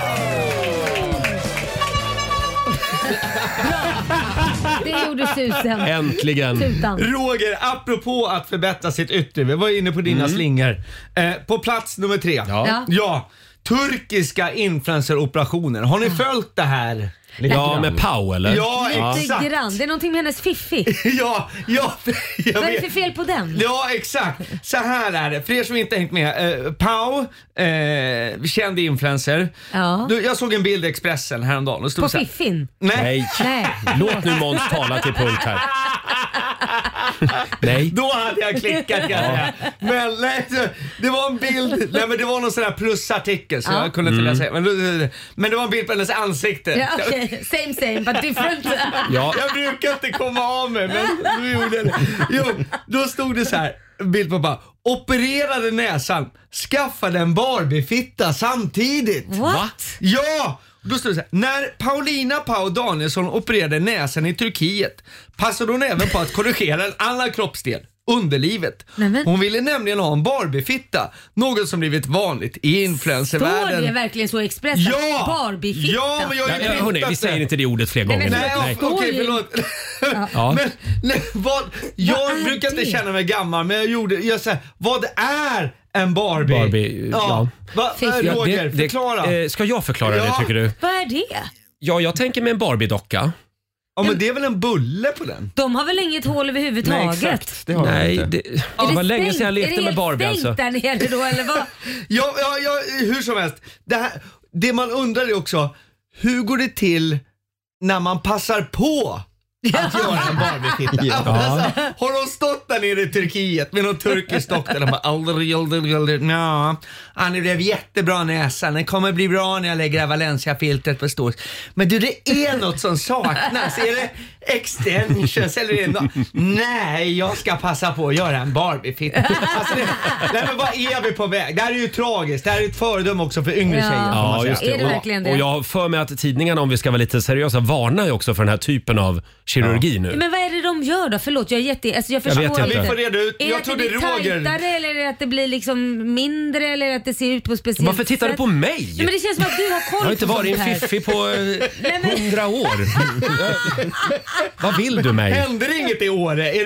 S2: Det gjorde susen.
S1: Äntligen!
S2: Tutan.
S10: Roger, apropå att Mm. förbättra sitt yttre. Vi var inne på dina slingor. Eh, på plats nummer tre.
S1: Ja.
S2: Ja.
S10: Ja, turkiska influenceroperationer. Har ni följt det här? lite
S1: Ja,
S10: grann?
S1: med Pau eller?
S10: Ja,
S2: Lite
S10: exakt.
S2: grann. Det är någonting med hennes fiffi.
S10: Ja, ja, jag
S2: Vad är det
S10: vet.
S2: för fel på den?
S10: Ja, exakt. Så här är det. För er som inte hängt med. Eh, Pau, eh, känd influencer.
S2: Ja.
S10: Du, jag såg en bild i Expressen häromdagen. Då stod
S2: På
S10: det så här-
S2: fiffin?
S10: Nej.
S1: Nej.
S2: Nej.
S1: Låt nu Måns tala till punkt här. Nej.
S10: Då hade jag klickat kan jag säga. Men nej, så- det var en bild, nej men det var någon sån här plusartikel så
S2: Ja.
S10: jag kunde inte läsa. Men, men det var en bild på hennes ansikte.
S2: Ja, okej. Same same but different.
S1: Ja.
S10: Jag brukar inte komma av mig men nu gjorde jag det. Jo, då stod det så här, en bild på bara opererade näsan, skaffade en barbiefitta samtidigt.
S2: What?
S10: Ja! Då står det så här, när Paulina Pau Danielsson opererade näsan i Turkiet passade hon även på att korrigera en annan kroppsdel, underlivet.
S2: Nämen.
S10: Hon ville nämligen ha en barbiefitta, något som blivit vanligt i
S2: Står det
S10: influencervärlden.
S2: verkligen så i Expressen?
S10: Ja!
S2: Barbiefitta?
S10: Ja, men jag har
S1: Nej,
S10: ju
S1: ja, hörni,
S10: hittat
S1: vi
S10: det.
S1: säger inte det ordet fler gånger.
S2: Nej,
S10: Nej,
S2: Nej.
S10: okej förlåt. Men, nej, vad, jag
S2: Vad är
S10: brukar
S2: det?
S10: inte känna mig gammal men jag gjorde, jag säger, vad är en Barbie?
S1: Barbie, ja.
S10: Va,
S2: Fick- Ja,
S10: Roger, förklara.
S1: eh, ska jag förklara det
S10: Ja.
S1: tycker du?
S2: Vad är det?
S1: Ja, jag tänker med en Barbie-docka.
S10: ja men det är väl en bulle på den?
S2: De har väl inget hål överhuvudtaget?
S10: Det har
S1: Nej,
S10: inte.
S1: det, det var länge sedan jag lekte med Barbie
S2: Är det helt
S1: alltså.
S2: stängt där nere då eller vad?
S10: Ja, ja, ja, hur som helst. Det, här, det man undrar är också, hur går det till när man passar på att göra en Barbie-fitta? Alltså, har de stått där nere i Turkiet med någon turkisk doktor och bara aldrig, aldrig, aldrig, nja. Ja, det blev jättebra näsa. Den kommer bli bra när jag lägger det här Valencia-filtret på stor. Men du, det är något som saknas. Är det extensions eller är det något? Nej, jag ska passa på att göra en Barbie-fitta. Alltså, det- nej, men vad är vi på väg? Det här är ju tragiskt. Det här är ett föredöme också för yngre
S2: Ja.
S10: tjejer. får man
S1: Ja,
S10: säga.
S1: just det.
S2: Är det verkligen
S1: Och,
S2: det?
S1: och jag har för mig att tidningarna, om vi ska vara lite seriösa, varnar ju också för den här typen av kirurgi nu.
S2: Men vad är det de gör då? Förlåt jag är jätte... Alltså jag
S1: vet
S2: förstår
S1: inte.
S2: inte.
S10: Vi får reda ut.
S2: Är det
S10: Jag
S2: att det
S10: trodde
S2: blir
S10: Roger-
S2: tajtare eller är det att det blir liksom mindre eller att det ser ut på ett speciellt
S1: Varför tittar du
S2: sätt?
S1: på mig?
S2: Nej, men det känns som att du har koll
S1: Jag har inte
S2: på
S1: varit
S2: sånt
S1: en
S2: här.
S1: fiffi på
S2: Nej,
S1: eh,
S2: men-
S1: hundra år. Vad vill du mig?
S10: Händer det inget i Åre? Är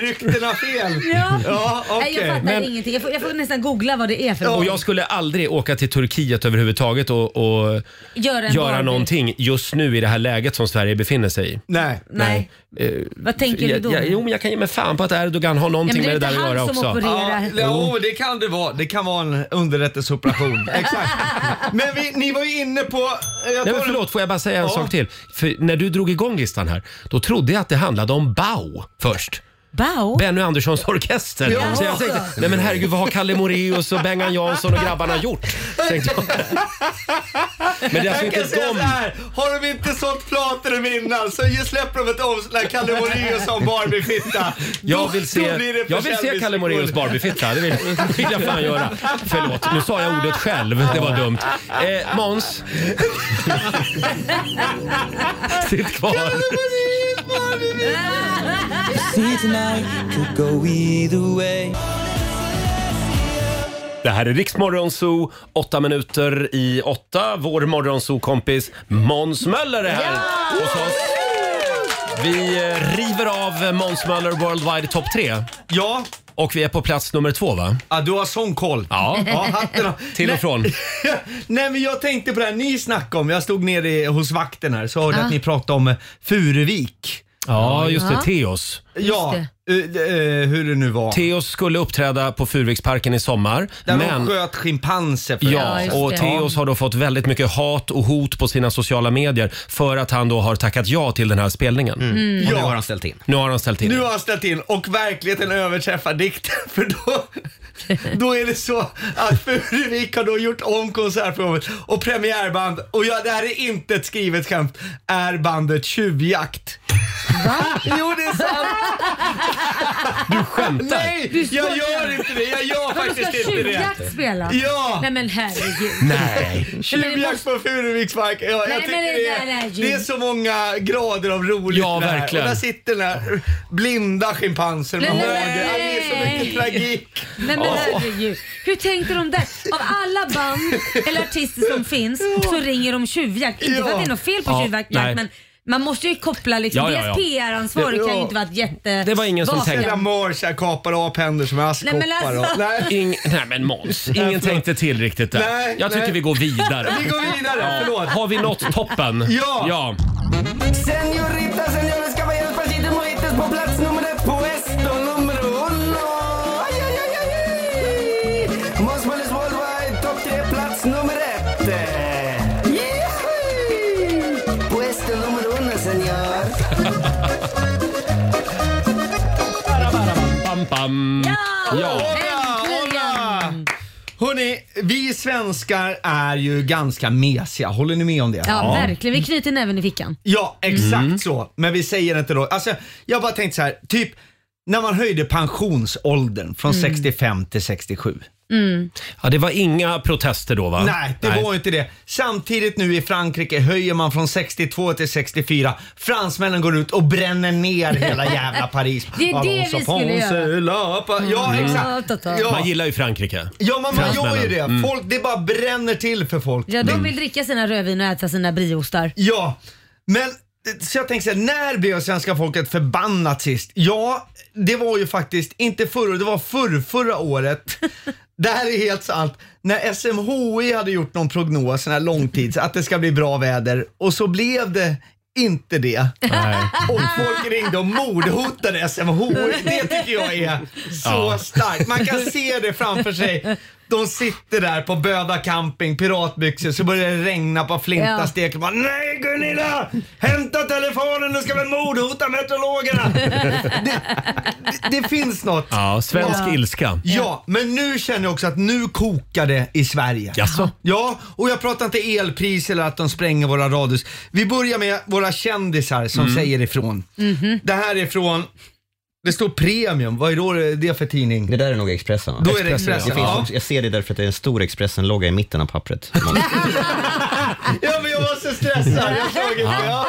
S10: ryktena fel?
S2: Ja.
S10: Ja, okej.
S2: Nej, jag fattar
S1: Men-
S2: ingenting. Jag får, jag får nästan googla vad det är för
S1: Och
S2: något.
S1: jag skulle aldrig åka till Turkiet överhuvudtaget och, och
S2: Gör en
S1: göra
S2: Barbie.
S1: någonting just nu i det här läget som Sverige befinner sig i.
S10: Nej.
S2: Nej.
S1: Eh,
S2: Vad tänker du
S1: jag,
S2: då?
S1: jag, jo, men jag kan ge mig fan på att Erdogan har någonting
S2: Ja, men
S1: med
S2: det
S1: det där
S2: är inte
S1: att göra
S2: han som
S1: också.
S2: opererar.
S10: Ja, jo, det kan det vara. Det kan vara en underrättelseoperation. Exakt. Men vi, ni var ju inne på... eh, Jag
S1: Nej,
S10: tar-
S1: men förlåt, får jag bara säga en
S10: Ja.
S1: sak till? För när du drog igång listan här, då trodde jag att det handlade om Bau först.
S2: Bao?
S1: Benny Anderssons orkester.
S10: Ja.
S1: Så jag tänkte, nej men herregud vad har Kalle Moraeus och Bengan Jansson och grabbarna gjort? Tänkte jag. Men det är alltså
S10: Jag kan
S1: inte
S10: säga
S1: de.
S10: så här, har de inte sålt platinum innan så ju släpper de ett omslag Kalle Moraeus som Barbie-fitta.
S1: Jag
S10: Då-
S1: vill
S10: då
S1: se,
S10: blir det
S1: jag vill se Kalle Moraeus
S10: försäljningsrekord.
S1: Barbiefitta. Det vill, det vill jag fan göra. Förlåt, nu sa jag ordet själv. Det var dumt. Eh, Måns. Sitt kvar. Det här är Riksmorgon Zoo, åtta minuter i åtta. Vår morgonzoo-kompis Måns Möller är här hos oss. Vi eh, river av Måns Möller Worldwide Top 3
S10: Ja,
S1: och vi är på plats nummer två va?
S10: ja, du har sån koll.
S1: Ja.
S10: hatten av.
S1: Till och
S10: Nej.
S1: från.
S10: Nej men jag tänkte på det här ni snackade om. Jag stod nere i- hos vakten här så hörde jag att ni pratade om eh, Furuvik.
S1: Ja, just det.
S2: Ja.
S1: Teos.
S10: Ja, eh, eh, hur det nu var.
S1: Teos skulle uppträda på Furuviksparken i sommar.
S10: Där
S1: men...
S10: de sköt schimpanser för
S2: Ja,
S1: Ja,
S2: just
S1: och
S2: det.
S1: Teos har då fått väldigt mycket hat och hot på sina sociala medier för att han då har tackat ja till den här spelningen.
S2: Mm.
S3: Och nu har han ställt in.
S1: Mm. Nu har han ställt in.
S10: Nu har han ställt in och verkligheten överträffar dikten för då, då är det så att Furuvik har då gjort om konsertprogrammet och premiärband och ja, det här är inte ett skrivet skämt, är bandet Tjuvjakt. Va? Jo det är sant!
S1: Du skämtar?
S10: Nej, jag gör inte det. Jag gör
S2: Vadå, ska
S10: faktiskt inte det.
S2: tjuvjakt spela?
S10: Ja.
S2: Nej men herregud.
S1: Nej.
S10: Tjuvjakt på Furuviksparken. Ja,
S2: Nej,
S10: jag
S2: men
S10: tycker
S2: det-
S10: det,
S2: nej, nej,
S10: är,
S2: Jim.
S10: det är så många grader av roligt
S1: Ja,
S10: i det här.
S1: verkligen.
S10: Och där sitter den här blinda schimpansen med
S2: Nej,
S10: hagel.
S2: nej,
S10: Ja, Det är så
S2: nej.
S10: mycket tragik.
S2: Nej men herregud. Hur tänkte de där? Av alla band eller artister som finns så ringer de tjuvjakt. Inte för att det är något fel på
S1: Ja,
S2: tjuvjakt
S1: nej.
S2: men Man måste ju koppla liksom,
S10: Ja, ja, ja.
S2: deras PR-ansvarig kan ju
S10: Ja.
S2: inte vara jätte...
S10: Sälja mars, här, kapar aphänder som är
S2: Nej, men
S10: askkoppar. och-
S2: alltså-
S10: Nej.
S1: Ing, nej men Måns,
S10: Nej,
S1: ingen
S10: förlåt.
S1: tänkte till riktigt där.
S10: Nej,
S1: Jag tycker
S10: nej.
S1: vi går vidare.
S10: Vi går vidare, förlåt.
S1: Har vi nått toppen?
S10: Ja.
S1: ja.
S4: Señorita, señores, caballeros, pasitos, mojitos på plats nummer ett på esto nummer uno. Aj, aj, aj, aj, aj. Måns Möllers Worldwide, topp tre, plats nummer ett. Jihi! På esto nummer uno, señor.
S1: Bam, bam.
S10: Hola, hola. Hörni, vi svenskar är ju ganska mesiga. Håller ni med om det?
S2: Ja, verkligen. Vi knyter näven i fickan.
S10: Ja, exakt så. Men vi säger inte då. Alltså, jag bara tänkte så här, typ när man höjde pensionsåldern från
S2: Mm.
S10: 65 till 67.
S2: Mm.
S1: Ja, det var inga protester då va?
S10: Nej, det var inte det. Samtidigt nu i Frankrike höjer man från 62 till 64. Fransmännen går ut och bränner ner hela jävla Paris.
S4: Det är det vi
S10: Allons
S4: skulle
S10: enfants,
S4: göra.
S10: la pa- Ja,
S4: Mm.
S10: exakt.
S1: Ja. Man
S10: Ja.
S1: gillar ju Frankrike.
S10: Ja, men man gör ju
S1: Fransmännen.
S10: det.
S1: Mm.
S10: Folk, det bara bränner till för folk.
S2: Ja, de vill dricka sina rödvin och äta sina brieostar.
S10: Ja, men så jag tänkte så här, när blev svenska folket förbannat sist? Ja, det var ju faktiskt inte förra det var förr, förra året. Det här är helt sant. När SMHI hade gjort någon prognos, sån här långtids, att det ska bli bra väder och så blev det inte det. Och folk ringde och mordhotade SMHI. Det tycker jag är så
S4: Ja.
S10: starkt. Man kan se det framför sig. De sitter där på Böda camping, piratbyxor, så börjar det regna på flintastek. Ja. Nej Gunilla! Hämta telefonen, nu ska vi mordhota meteorologerna! det, det, det finns något.
S1: Ja, svensk
S10: Ja.
S1: ilska.
S10: Ja, men nu känner jag också att nu kokar det i Sverige.
S1: Jaså?
S10: Ja, och jag pratar inte elpris eller att de spränger våra radhus. Vi börjar med våra kändisar som
S4: Mm.
S10: säger ifrån.
S2: Mhm.
S10: Det här är från det står Premium, vad är då det för tidning?
S3: Det där är nog Expressen. va?
S10: Då är det Expressen,
S3: Det finns
S10: ja.
S3: också- jag ser det därför att det är en stor Expressen-logga i mitten av pappret.
S10: Ja, men jag var så stressad. Jag såg inte. Ja.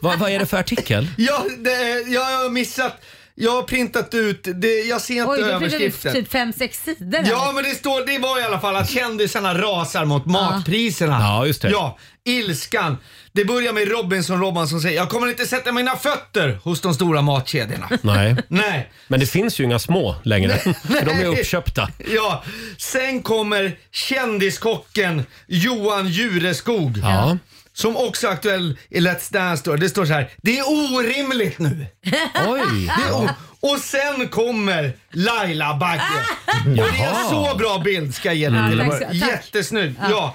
S1: Vad, vad är det för artikel?
S10: Ja, det, jag har missat. Jag har printat ut, det, jag ser inte
S2: Oj, då blir det
S10: överskriften.
S2: typ fem, sex sidor. här.
S10: Ja, men det, står, det var i alla fall att kändisarna rasar mot matpriserna.
S1: Ja, just det.
S10: Ja, ilskan. Det börjar med Robinson-Robban som säger “Jag kommer inte sätta mina fötter hos de stora matkedjorna”.
S1: Nej.
S10: Nej.
S1: Men det finns ju inga små längre. För de är uppköpta.
S10: Ja, sen kommer kändiskocken Johan Jureskog.
S1: Ja.
S10: Som också är aktuell i Let's Dance. Då. Det står så här, det är orimligt nu.
S1: Oj.
S10: Det är o- och sen kommer Laila Bagge. Och det är en så bra bild ska jag ge dig
S4: Ja,
S10: till att
S4: tack
S10: börja.
S4: så- tack.
S10: Jättesnygg.
S4: Ja.
S10: Ja.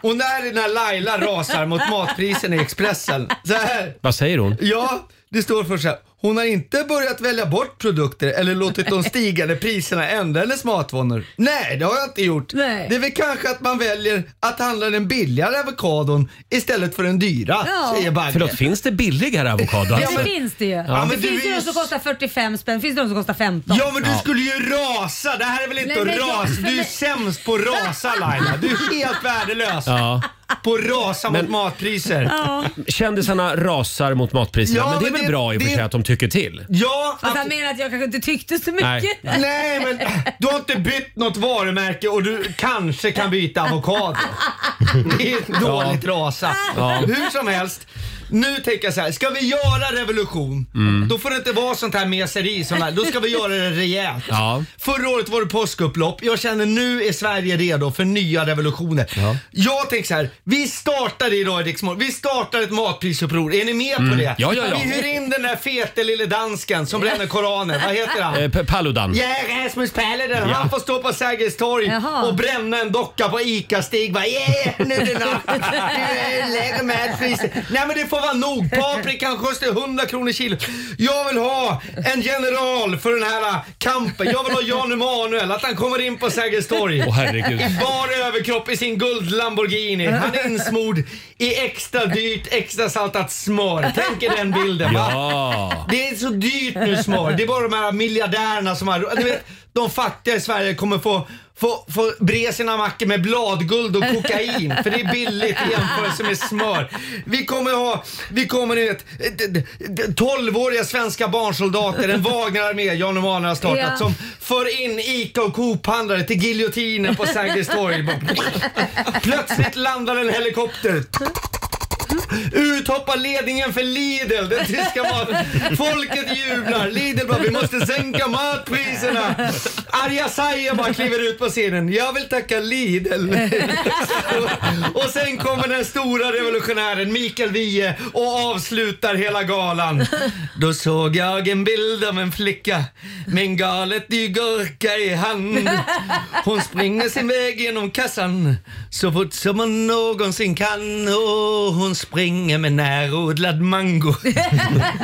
S10: Och när, när Laila rasar mot matprisen i Expressen. Så här.
S1: Vad säger hon?
S10: Ja, det står först så här. Hon har inte börjat välja bort produkter eller låtit de stigande priserna ändra hennes matvanor. Nej, det har jag inte gjort.
S4: Nej.
S10: Det är väl kanske att man väljer att handla den billigare avokadon istället för den dyra,
S2: Ja.
S10: säger Bagge.
S1: Förlåt, finns det billigare avokado?
S10: Ja,
S2: Ja,
S1: alltså?
S2: det finns det ju.
S1: Ja,
S2: det
S1: men
S10: du
S2: finns
S10: är
S2: ju
S10: ju
S2: de som kostar 45 spänn, finns det de som kostar 15.
S10: Ja men du skulle ju rasa! Det här är väl inte
S2: Nej, men
S10: att
S2: jag-
S10: rasa? Du är sämst på att rasa Laila. Du är helt värdelös
S1: Ja.
S10: på att rasa mot matpriser.
S1: Kändisarna rasar mot matpriserna,
S10: Ja,
S1: men det är
S10: men
S1: väl
S10: det-
S1: bra i och för
S10: det-
S1: sig att de tycker till?
S10: Ja,
S2: Fast Alltså, han menar att jag kanske inte tyckte så
S1: Nej.
S2: mycket.
S10: Nej men du har inte bytt något varumärke och du kanske kan byta avokado. Det är ett dåligt rasa.
S4: Ja.
S10: Hur som helst. Nu tänker jag så här, ska vi göra revolution,
S4: Mm.
S10: då får det inte vara sånt här meseri som det här. Då ska vi göra det rejält.
S4: Ja.
S10: Förra året var det påskupplopp. Jag känner nu är Sverige redo för nya revolutioner. Jag tänker så här, vi startar idag i Rix Morgon. Vi startar ett matprisuppror. Är ni med på
S1: Mm.
S10: det?
S1: Ja, ja, ja.
S10: Vi hyr in den där fete lille dansken som bränner koranen. Vad heter han?
S1: Eh, P- Paludan.
S10: Ja, Rasmus Paludan.
S1: Ja.
S10: Han får stå på Sergels torg
S4: Jaha.
S10: och bränna en docka på ICA-Stig. Bara, yeah, nu är det nog. Nu är det läge med priset. Nej men det får vara nog. Paprikan kostar 100 kronor kilo. Jag vill ha en general för den här kampen. Jag vill ha Jan Emanuel, att han kommer in på Sergels torg.
S4: Åh, herregud.
S10: I bar överkropp i sin guld Lamborghini. Han är insmord i extra dyrt, extra saltat smör. Tänk er den bilden va?
S1: Ja.
S10: Det är så dyrt nu smör. Det är bara de här miljardärerna som har Du vet, de fattiga i Sverige kommer få, få, få bre sina mackor med bladguld och kokain. För det är billigt i jämförelse med smör. Vi kommer ha, vi kommer ni vet, d- d- d- 12-åriga svenska barnsoldater, en Wagnerarmé Jan Emanuel har startat,
S4: Ja.
S10: som för in ICA och Coop-handlare till giljotinen på Sergels torg. Plötsligt landar en helikopter. Uthoppar ledningen för Lidl, den tyska maten. Folket jublar. Lidl bara, vi måste sänka matpriserna. Arja Saija bara kliver ut på scenen. Jag vill tacka Lidl. och sen kommer den stora revolutionären Mikael Wiehe och avslutar hela galan. Då såg jag en bild av en flicka med en galet ny gurka i hand. Hon springer sin väg genom kassan så fort som hon någonsin kan. Och hon springer med närodlad mango.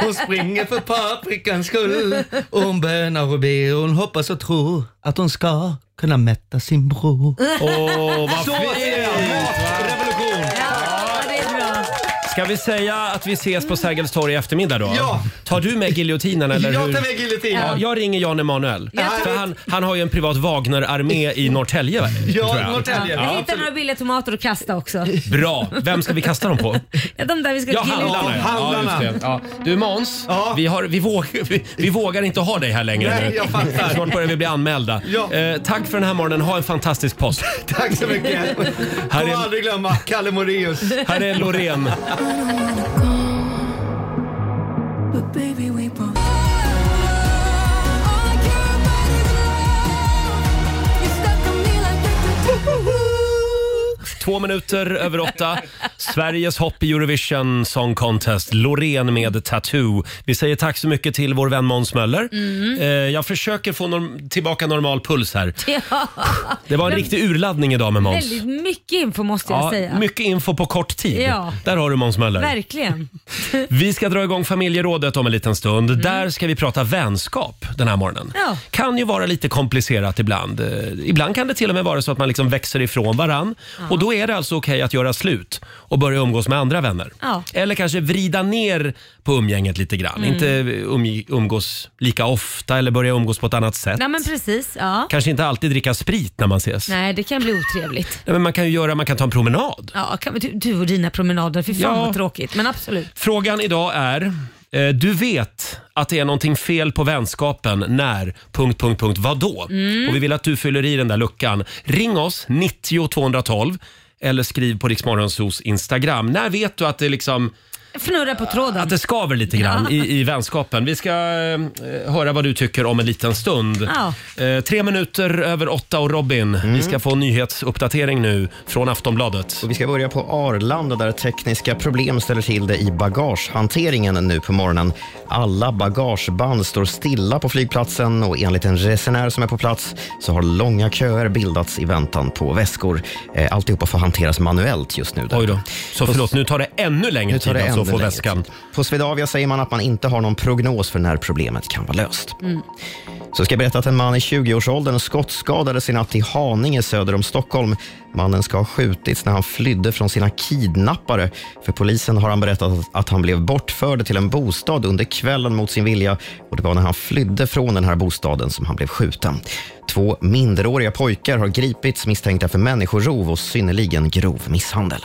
S10: Hon springer för paprikans skull. Och hon bönar och ber och hon hoppas och tror att hon ska kunna mätta sin bror.
S1: Åh, vad
S10: Så ser jag matrevolution.
S2: Ja, det är bra.
S1: Ska vi säga att vi ses på Sergels torg i eftermiddag då?
S10: Ja.
S1: Tar du med giljotinen eller
S10: Jag
S1: hur?
S10: tar med giljotinen.
S1: Ja, jag ringer Jan Emanuel.
S2: Jag tror-
S1: För han, han har ju en privat Wagner-armé i Norrtälje. va? tror
S10: Ja,
S1: jag.
S10: Norrtälje.
S2: Vi hittar några billiga tomater att kasta också.
S1: Bra. Vem ska vi kasta dem på?
S2: Ja, De där vi ska
S1: Ja,
S2: grilla ut.
S1: handlarna.
S10: handlarna.
S1: Ja, just det. ja. Du Måns,
S10: Ja.
S1: vi, har, vi, vågar, vi, vi vågar inte ha dig här längre
S10: Nej,
S1: nu.
S10: jag fattar.
S1: Snart börjar vi bli anmälda.
S10: Ja.
S1: Eh, tack för den här morgonen. Ha en fantastisk påsk.
S10: Tack så mycket.
S1: Här
S10: Kommer
S1: är-
S10: aldrig glömma Kalle Moraeus.
S1: Här är Loreen. Två minuter över åtta. Sveriges hopp i Eurovision Song Contest. Loreen med Tattoo. Vi säger tack så mycket till vår vän Måns Möller.
S2: Mm.
S1: Eh, jag försöker få norm- tillbaka normal puls här.
S2: Ja,
S1: Det var en riktig urladdning idag med Måns.
S2: väldigt mycket info måste jag säga.
S1: mycket info på kort tid.
S2: Ja.
S1: Där har du Måns Möller.
S2: Verkligen.
S1: Vi ska dra igång familjerådet om en liten stund. Där ska vi prata vänskap den här morgonen.
S2: Mm. Ja.
S1: Kan ju vara lite komplicerat ibland. Eh, Ibland kan det till och med vara så att man liksom växer ifrån varann. Och då är det alltså okej att göra slut och börja umgås med andra vänner.
S2: Ja. Mm.
S1: Eller kanske vrida ner på umgänget lite grann. Inte umg- umgås lika ofta eller börja umgås på ett annat sätt.
S2: Nej men precis. Ja.
S1: Kanske inte alltid dricka sprit när man ses.
S2: Nej, det kan bli otrevligt.
S1: Nej, men man kan ju göra, man kan ta en promenad.
S2: Ja, kan, du, du och dina promenader, fy fan
S1: Ja.
S2: vad tråkigt. Men absolut.
S1: Frågan idag är, eh, du vet att det är någonting fel på vänskapen när... Punkt, punkt, punkt, vadå? Och vi vill att du fyller i den där luckan. Ring oss, 90 212 eller skriv på Riksmorgonsos Instagram. När vet du att det liksom...
S2: Fnurra på tråden.
S1: Att det skaver lite grann i, i vänskapen. Vi ska eh, höra vad du tycker om en liten stund.
S2: Ja.
S1: Eh, tre minuter över åtta och Robin, vi
S3: Mm.
S1: ska få en nyhetsuppdatering nu från Aftonbladet.
S3: Och vi ska börja på Arlanda där tekniska problem ställer till det i bagagehanteringen nu på morgonen. Alla bagageband står stilla på flygplatsen och enligt en resenär som är på plats så har långa köer bildats i väntan på väskor. Eh, Alltihopa får hanteras manuellt just nu. där.
S1: Oj då. Så förlåt, nu tar det ännu längre
S3: Nu tar
S1: tid
S3: det
S1: alltså
S3: ännu
S1: att få
S3: längre
S1: väskan.
S3: tid. På Swedavia säger man att man inte har någon prognos för när problemet kan vara löst. Så ska jag berätta att en man i 20-årsåldern skottskadades i natt i Haninge söder om Stockholm. Mannen ska ha skjutits när han flydde från sina kidnappare. För polisen har han berättat att han blev bortförd till en bostad under kvällen mot sin vilja och det var när han flydde från den här bostaden som han blev skjuten. Två minderåriga pojkar har gripits misstänkta för människorov och synnerligen grov misshandel.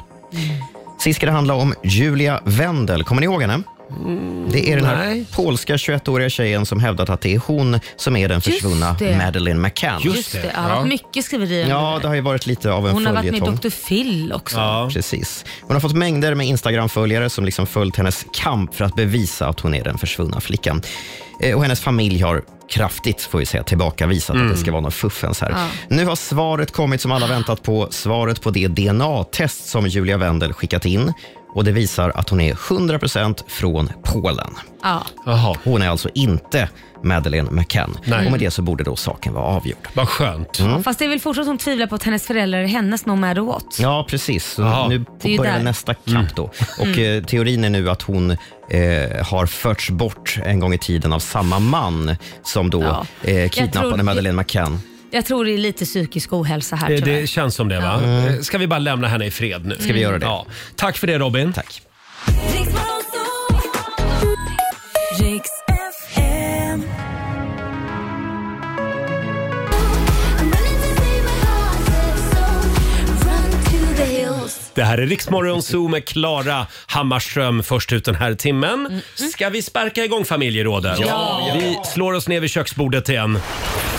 S3: Sist ska det handla om Julia Wendel. Kommer ni ihåg henne?
S2: Mm.
S3: Det är den här
S1: nej.
S3: polska 21-åriga tjejen som hävdat att det är hon som är den
S2: Just
S3: försvunna
S2: det.
S3: Madeleine McCann.
S2: Just det, ja. mycket skriverier om
S3: Ja,
S2: det
S3: det
S2: där.
S3: har ju varit lite av en
S2: Hon har varit med
S3: följetong.
S2: i Dr. Phil också.
S1: Ja.
S3: Precis. Hon har fått mängder med Instagram-följare som liksom följt hennes kamp för att bevisa att hon är den försvunna flickan. Eh, Och hennes familj har kraftigt får vi säga, tillbakavisat
S1: Mm.
S3: att det ska vara något fuffens här. Nu har svaret kommit som alla
S1: Ah.
S3: väntat på. Svaret på det DNA-test som Julia Wendel skickat in. Och Det visar att hon är 100% från Polen.
S2: Ja.
S1: Jaha.
S3: Hon är alltså inte Madeleine McCann.
S1: Nej.
S3: Och Med det så borde då saken vara avgjord.
S1: Vad skönt.
S3: Mm.
S2: Fast det är väl fortfarande som tvivlar på att hennes föräldrar är hennes no matter what.
S3: Ja, precis. Så
S1: Jaha.
S3: Nu
S2: Det är ju
S3: börjar
S2: där. Mm.
S3: nästa kapp
S1: Mm.
S3: då. Och eh, teorin är nu att hon eh, har förts bort en gång i tiden av samma man som då
S2: Ja.
S3: eh,
S2: Jag
S3: kidnappade
S2: tror-
S3: Madeleine McCann.
S2: Jag tror det är lite psykisk ohälsa här
S1: Det,
S2: tyvärr.
S1: det känns som det va? Eh, Ska vi bara lämna henne i fred nu? Ska
S3: vi göra det?
S1: Ja. Tack för det Robin.
S3: Tack.
S1: Det här är Riksmorgon Zoo med Klara Hammarström först ut den här timmen.
S3: Mm.
S1: Ska vi sparka igång familjerådet? Ja! Vi slår oss ner vid köksbordet igen.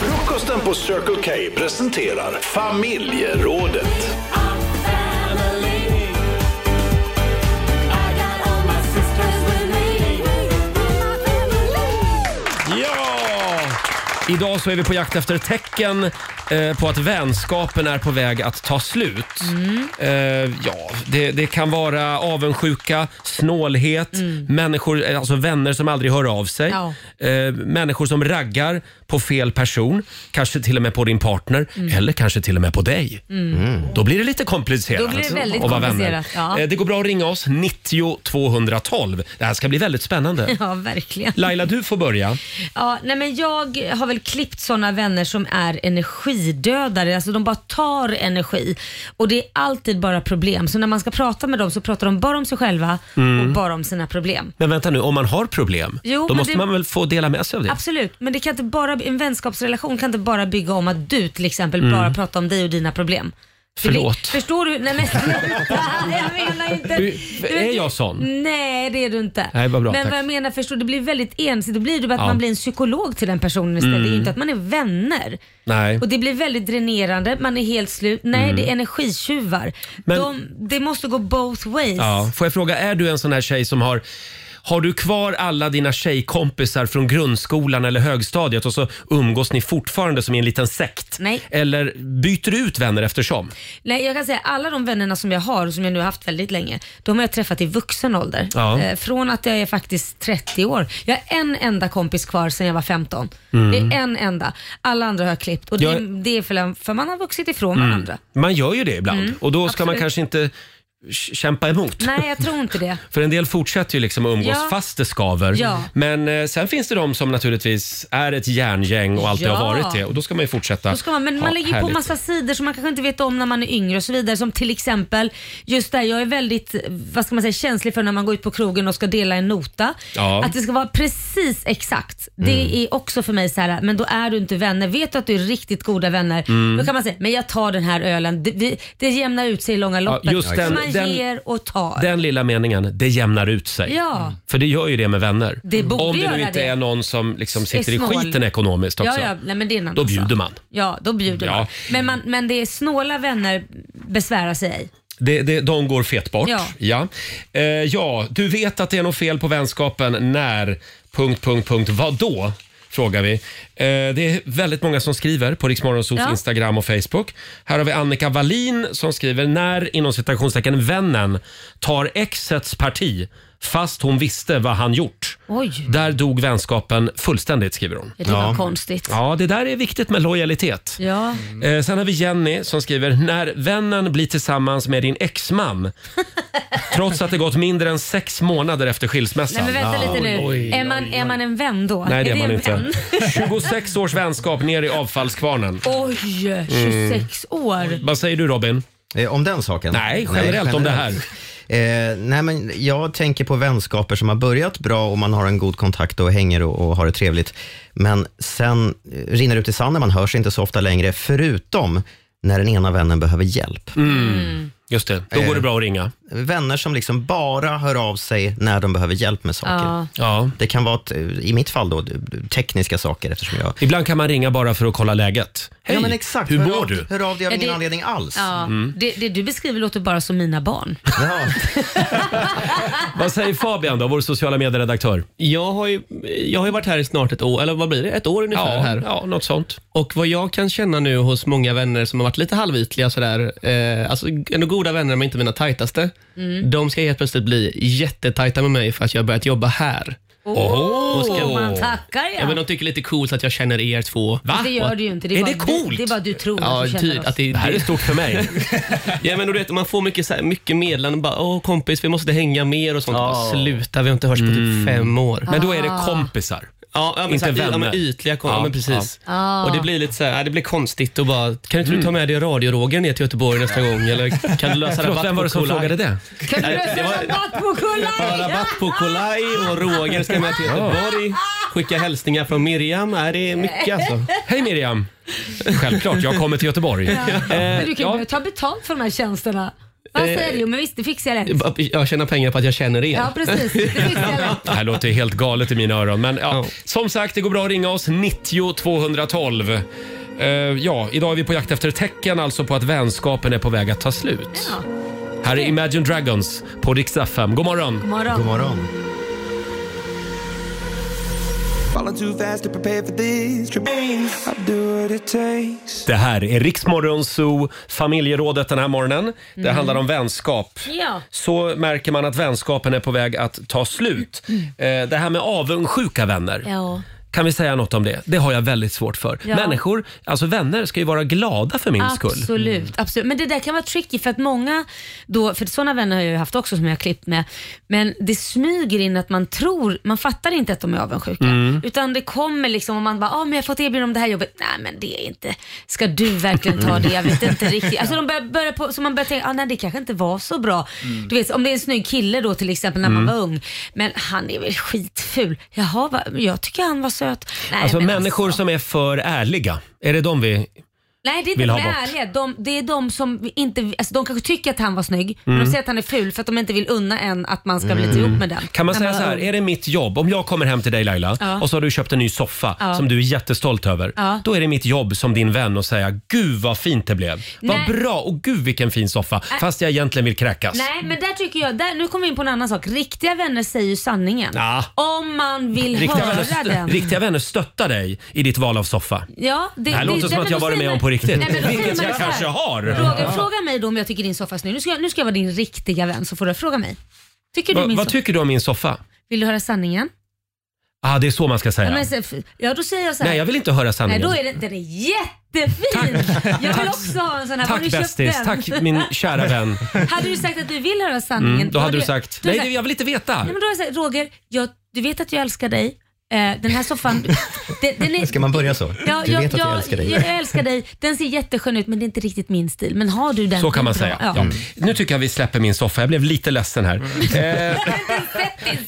S11: Frukosten på Circle K presenterar familjerådet.
S5: I got
S1: Idag så är vi på jakt efter tecken eh, på att vänskapen är på väg att ta slut.
S2: Mm.
S1: Eh, ja, det, det kan vara avundsjuka, snålhet, människor, eh, alltså vänner som aldrig hör av sig.
S2: Mm. Ja.
S1: Eh, människor som raggar på fel person, kanske till och med på din partner
S2: Mm.
S1: eller kanske till och med på dig.
S2: Mm.
S1: Då blir det lite komplicerat.
S2: Då blir det väldigt
S1: att vara
S2: komplicerat,
S1: vänner.
S2: ja.
S1: Eh, Det går bra att ringa oss, 90 212. Det här ska bli väldigt spännande.
S2: Ja, verkligen.
S1: Laila, du får börja.
S2: Ja, nej men jag har väl klippt såna vänner som är energidödare. Alltså de bara tar energi. Och det är alltid bara problem. Så när man ska prata med dem så pratar de bara om sig själva
S1: Mm.
S2: och bara om sina problem.
S1: Men vänta nu, om man har problem,
S2: Jo,
S1: då
S2: men
S1: måste
S2: det-
S1: man väl få dela med sig av det?
S2: Absolut, men det kan inte bara, en vänskapsrelation kan inte bara bygga om att du till exempel
S1: Mm.
S2: bara pratar om dig och dina problem. För
S1: Förlåt.
S2: Det, förstår du? Nej men sluta! Jag menar inte...
S1: Du-
S2: du
S1: är
S2: vet-
S1: jag sån?
S2: Nej det är du inte.
S1: Nej, vad bra,
S2: men
S1: tack.
S2: vad jag menar, förstår du? Det blir väldigt ensidigt. Då blir det bara att
S1: Ja.
S2: man blir en psykolog till den personen istället. Det är
S1: Mm.
S2: ju inte att man är vänner.
S1: Nej.
S2: Och det blir väldigt dränerande, man är helt slut. Nej,
S1: Mm.
S2: det är energitjuvar.
S1: Men-
S2: De, det måste gå both ways.
S1: Ja. Får jag fråga, är du en sån här tjej som har har du kvar alla dina tjejkompisar från grundskolan eller högstadiet och så umgås ni fortfarande som i en liten sekt?
S2: Nej.
S1: Eller byter du ut vänner eftersom?
S2: Nej, jag kan säga alla de vännerna som jag har, och som jag nu har haft väldigt länge, de har jag träffat i vuxen ålder.
S1: Ja.
S2: Eh, Från att jag är faktiskt 30 år. Jag har en enda kompis kvar sedan jag var 15.
S1: Mm.
S2: Det är en enda. Alla andra har jag klippt. Och
S1: Jag-
S2: det, det är för, för man har vuxit ifrån
S1: Mm.
S2: varandra.
S1: Man gör ju det ibland
S2: Mm,
S1: och då ska man
S2: absolut.
S1: kanske inte k- kämpa emot.
S2: Nej, jag tror inte det.
S1: För en del fortsätter ju liksom att umgås
S2: Ja.
S1: fast det skaver.
S2: Ja.
S1: Men eh, sen finns det de som naturligtvis är ett järngäng och alltid
S2: Ja.
S1: har varit det och då ska man ju fortsätta.
S2: Då ska man, men
S1: Ja,
S2: man lägger ju på
S1: härligt.
S2: massa sidor som man kanske inte vet om när man är yngre och så vidare. Som till exempel, just där jag är väldigt vad ska man säga, känslig för när man går ut på krogen och ska dela en nota.
S12: Ja.
S2: Att det ska vara precis exakt. Det
S12: Mm.
S2: är också för mig så här, men då är du inte vänner. Vet du att du är riktigt goda vänner,
S1: Mm.
S2: då kan man säga, men jag tar den här ölen. Det, vi, det jämnar ut sig i långa loppet.
S1: just den-
S2: man
S1: den-
S2: ger och tar.
S1: Den lilla meningen, det jämnar ut sig.
S2: Ja.
S1: För det gör ju det med vänner.
S2: Det borde
S1: Om det
S2: göra
S1: nu inte
S2: det.
S1: är någon som liksom sitter i
S2: Är snål.
S1: skiten ekonomiskt också.
S2: Ja, ja, nej, men det är en annan
S1: Då
S2: sak.
S1: bjuder man.
S2: Ja, då bjuder
S1: Ja.
S2: man. Men, man. men det är snåla vänner besvärar sig ej.
S1: Det, det, de går fet bort. Ja.
S2: Ja.
S1: Ja. Eh, ja, du vet att det är något fel på vänskapen när... Punkt, punkt, punkt. Vad då? Frågar vi. Eh, det är väldigt många som skriver på Riksmorgonsols
S13: Ja.
S1: Instagram och Facebook. Här har vi Annika Wallin som skriver när inom citationstecken vännen tar exets parti fast hon visste vad han gjort.
S2: Oj.
S1: Där dog vänskapen fullständigt skriver hon.
S2: Det var konstigt.
S1: Mm. Ja, det där är viktigt med lojalitet.
S2: Ja. Mm.
S1: Eh, sen har vi Jenny som skriver “När vännen blir tillsammans med din exman trots att det gått mindre än sex månader efter skilsmässan”.
S2: Nej men vänta
S1: Ja.
S2: lite nu.
S1: Oj.
S2: är, man, är man en vän då?
S1: Nej, det är
S2: en
S1: man inte.
S2: vän?
S1: 26 års vänskap ner i avfallskvarnen.
S2: Oj,
S1: Mm.
S2: 26 år.
S1: Vad säger du Robin?
S3: Eh, om den saken?
S1: Nej, generellt om det här.
S3: Eh, nej, men jag tänker på vänskaper som har börjat bra och man har en god kontakt och hänger och, och har det trevligt. Men sen eh, rinner det ut i sanden, man hörs inte så ofta längre, förutom när den ena vännen behöver hjälp.
S1: Mm. Just det, då går det
S3: Eh,
S1: bra att ringa.
S3: Vänner som liksom bara hör av sig när de behöver hjälp med saker.
S2: Ja.
S3: Det kan vara, ett, i mitt fall, då, tekniska saker eftersom jag...
S1: Ibland kan man ringa bara för att kolla läget. Hej,
S3: ja, men exakt.
S1: hur
S3: Hör
S1: mår
S3: av-
S1: du?
S3: Hör av dig av
S2: Ja,
S3: ingen
S2: det-
S3: anledning alls.
S2: Ja,
S1: Mm.
S2: det, det du beskriver låter bara som mina barn.
S1: Vad säger Fabian då, vår sociala medieredaktör?
S8: Jag har, ju, jag har ju varit här i snart ett år, eller vad blir det? Ett år ungefär
S1: Ja,
S8: här.
S1: Ja, något sånt.
S8: Och vad jag kan känna nu hos många vänner som har varit lite halvytliga sådär, eh, alltså ändå goda vänner men inte mina tajtaste.
S2: Mm.
S8: De ska helt plötsligt bli jättetajta med mig för att jag har börjat jobba här.
S2: Åh,
S8: Och ska-
S2: man tackar ja.
S8: Ja, men de tycker lite coolt att jag känner er två.
S2: Fast Det gör du ju inte. Det är, bara, Du, det är bara du tror
S8: Ja,
S2: att du
S8: ty,
S1: typ
S2: känner oss.
S8: att det, det här
S1: är stort för mig.
S8: ja, men och du vet, man får mycket, så här, mycket meddelanden. Bara, Åh, kompis, vi måste hänga mer och sånt.
S1: Ja.
S8: Bara, Sluta, vi har inte hörts på
S2: Mm.
S8: typ fem år.
S1: Men då är det kompisar.
S8: Ja, ja, men
S1: Inte
S8: så här, y- Ja,
S1: vänner.
S8: men ytliga kom-
S1: Ja,
S8: ja, men precis.
S1: ja. Ah.
S8: Och det blir lite så här, ja, det blir konstigt och bara,
S7: Mm.
S8: kan inte du ta med dig radiorogen ner till Göteborg nästa gång? Eller kan du lösa
S1: Förlösa
S8: rabatt
S1: vem var det
S8: på
S1: som
S8: Kolaj?
S1: frågade det?
S2: Kan du
S8: Nej,
S2: lösa
S8: det var-
S2: rabatt på
S8: Ja,
S2: Kolaj?
S8: Rabatt på Kolaj och Roger ska med till Göteborg. Skicka hälsningar från Miriam. Är det är mycket alltså.
S1: Hej Miriam! Självklart, jag kommer till Göteborg.
S2: Men du kan
S8: Eh,
S2: ju
S8: ja.
S2: börja ta betalt för de här tjänsterna. Vad
S8: Eh,
S2: säger du? Men visst, det fixar jag lätt.
S8: Jag tjänar pengar på att jag känner er.
S2: Ja, precis. Det fixar jag lätt.
S1: Det här låter ju helt galet i mina öron. Men ja, som sagt, det går bra att ringa oss. 90 212. Eh, ja, idag är vi på jakt efter tecken alltså på att vänskapen är på väg att ta slut. Här är Imagine Dragons på Rix FM. God morgon!
S2: God morgon. God
S3: morgon.
S4: Falling too fast to prepare for this trip. I'll do what it takes.
S1: Det här är Riksmorgon Zoo, familjerådet den här morgonen. Det
S2: Mm.
S1: handlar om vänskap.
S2: Ja.
S1: Så märker man att vänskapen är på väg att ta slut. Eh, Det här med avundsjuka vänner.
S2: ja.
S1: Kan vi säga något om det? Det har jag väldigt svårt för.
S2: Ja.
S1: Människor, alltså vänner, ska ju vara glada för min skull. Mm.
S2: absolut, Absolut. Men det där kan vara tricky för att många då, för sådana vänner har jag ju haft också som jag har klippt med, men det smyger in att man tror, man fattar inte att de är avundsjuka.
S12: Mm.
S2: Utan det kommer liksom och man bara, ah, men jag har fått erbjudande om det här jobbet. Nej men det är inte, ska du verkligen ta det? Jag vet inte riktigt. Alltså de börjar, börjar på, så man börjar tänka, ah, nej det kanske inte var så bra.
S12: Mm.
S2: Du vet om det är en snygg kille då till exempel när man
S1: Mm.
S2: var ung. Men han är väl skitful. Jaha, va, jag tycker han var söt. Nej,
S1: Alltså
S2: men
S1: människor som är för ärliga. Är det de vi...
S2: Nej, det är inte
S1: vill
S2: de
S1: ha
S2: är
S1: bort.
S2: ärliga. De, det är de som inte, alltså de kanske tycker att han var snygg, men
S1: Mm.
S2: de säger att han är ful för att de inte vill unna en att man ska bli
S1: Mm.
S2: ihop med den.
S1: Kan man
S2: När
S1: säga
S2: var
S1: så här,
S2: ung.
S1: är det mitt jobb, om jag kommer hem till dig Laila
S2: Ja.
S1: och så har du köpt en ny soffa
S2: Ja.
S1: som du är jättestolt över.
S2: Ja.
S1: Då är det mitt jobb som din vän att säga, gud vad fint det blev. Vad
S2: Nej.
S1: bra och gud vilken fin soffa.
S2: Nej.
S1: Fast jag egentligen vill kräkas.
S2: Nej, men där tycker jag, där, nu kommer vi in på en annan sak. Riktiga vänner säger ju sanningen.
S1: Ja.
S2: Om man vill
S1: Riktiga,
S2: höra
S1: vänner,
S2: den.
S1: riktiga vänner stöttar dig i ditt val av soffa.
S2: Ja,
S1: Det här låter som
S2: nej,
S1: att
S2: men
S1: jag
S2: då
S1: varit
S2: säger
S1: med
S2: man-
S1: om på riktigt.
S2: Nej, men då säger
S1: Vilket
S2: man
S1: jag
S2: så här.
S1: kanske har.
S2: Fråga,
S1: Ja.
S2: fråga mig då om jag tycker din soffa är snygg. Nu ska, jag, nu ska jag vara din riktiga vän så får du fråga mig. Tycker du
S1: Va,
S2: min
S1: vad
S2: soffa?
S1: tycker du om min soffa?
S2: Vill du höra sanningen?
S1: Ah, det är så man ska säga.
S2: Ja, men, så- ja då säger jag så här.
S1: Nej, jag vill inte höra sanningen.
S2: Nej, då är den, den är jättefin. Jag vill också ha en sån här. Var har du
S1: Tack
S2: köpt
S1: bästis,
S2: den?
S1: tack min kära vän.
S2: Hade du sagt att du vill höra sanningen.
S1: Mm, då hade du sagt,
S2: då hade
S1: nej jag vill inte veta.
S2: Nej, men då har jag sagt, Roger, jag, du vet att jag älskar dig. Eh, den här soffan, den, den är...
S3: Ska man börja så?
S2: Ja,
S3: du
S2: jag,
S3: vet att jag,
S2: jag
S3: älskar dig.
S2: Jag, älskar dig. Den ser jätteskön ut men det är inte riktigt min stil. Men har du den
S1: Så kan man
S2: den är
S1: säga.
S2: bra.
S1: Ja. Nu tycker jag vi släpper min soffa. Jag blev lite ledsen
S2: Mm.
S1: här. Eh,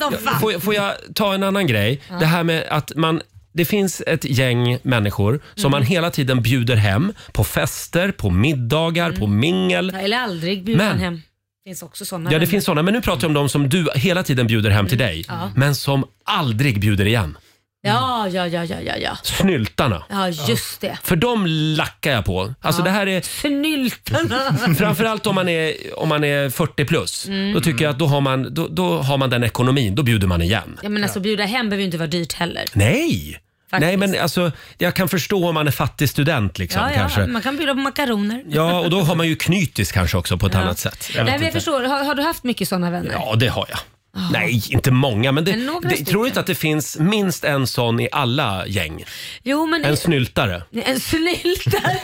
S2: Ja. Soffa.
S1: Får, får jag ta en annan grej?
S2: Ja.
S1: Det här med att man det finns ett gäng människor som
S2: Mm.
S1: man hela tiden bjuder hem på fester, på middagar, på
S2: Mm.
S1: mingel.
S2: Ja, Eller aldrig bjuder
S1: Men-
S2: man hem. Det finns också sådana.
S1: Ja, det
S2: vänner.
S1: finns såna men nu pratar jag om de som du hela tiden bjuder hem till dig,
S2: Mm. Ja.
S1: men som aldrig bjuder igen.
S2: Ja, ja, ja, ja, ja. Ja,
S1: Snyltarna.
S2: ja just det.
S1: För de lackar jag på. Alltså
S2: Ja.
S1: det här är...
S2: Snyltarna.
S1: Framförallt om man är, om man är 40 plus.
S2: Mm.
S1: Då tycker jag att då har, man, då, då har man den ekonomin. Då bjuder man igen.
S2: Ja, men alltså bjuda hem behöver ju inte vara dyrt heller.
S1: Nej!
S2: Faktiskt.
S1: Nej men alltså, jag kan förstå om man är fattig student liksom
S2: ja, ja,
S1: kanske.
S2: Man kan bjuda på makaroner.
S1: Ja, och då har man ju knytis kanske också på ett
S2: Ja.
S1: annat sätt. vet
S2: Jag, Nej, men jag
S1: inte.
S2: förstår. Har, har du haft mycket sådana vänner?
S1: Ja, det har jag.
S2: Ah.
S1: Nej, inte många, men, det,
S2: Men några
S1: det,
S2: stycken.
S1: tror du inte att det finns minst en sån i alla gäng?
S2: Jo, men
S1: En snyltare.
S2: En snyltare.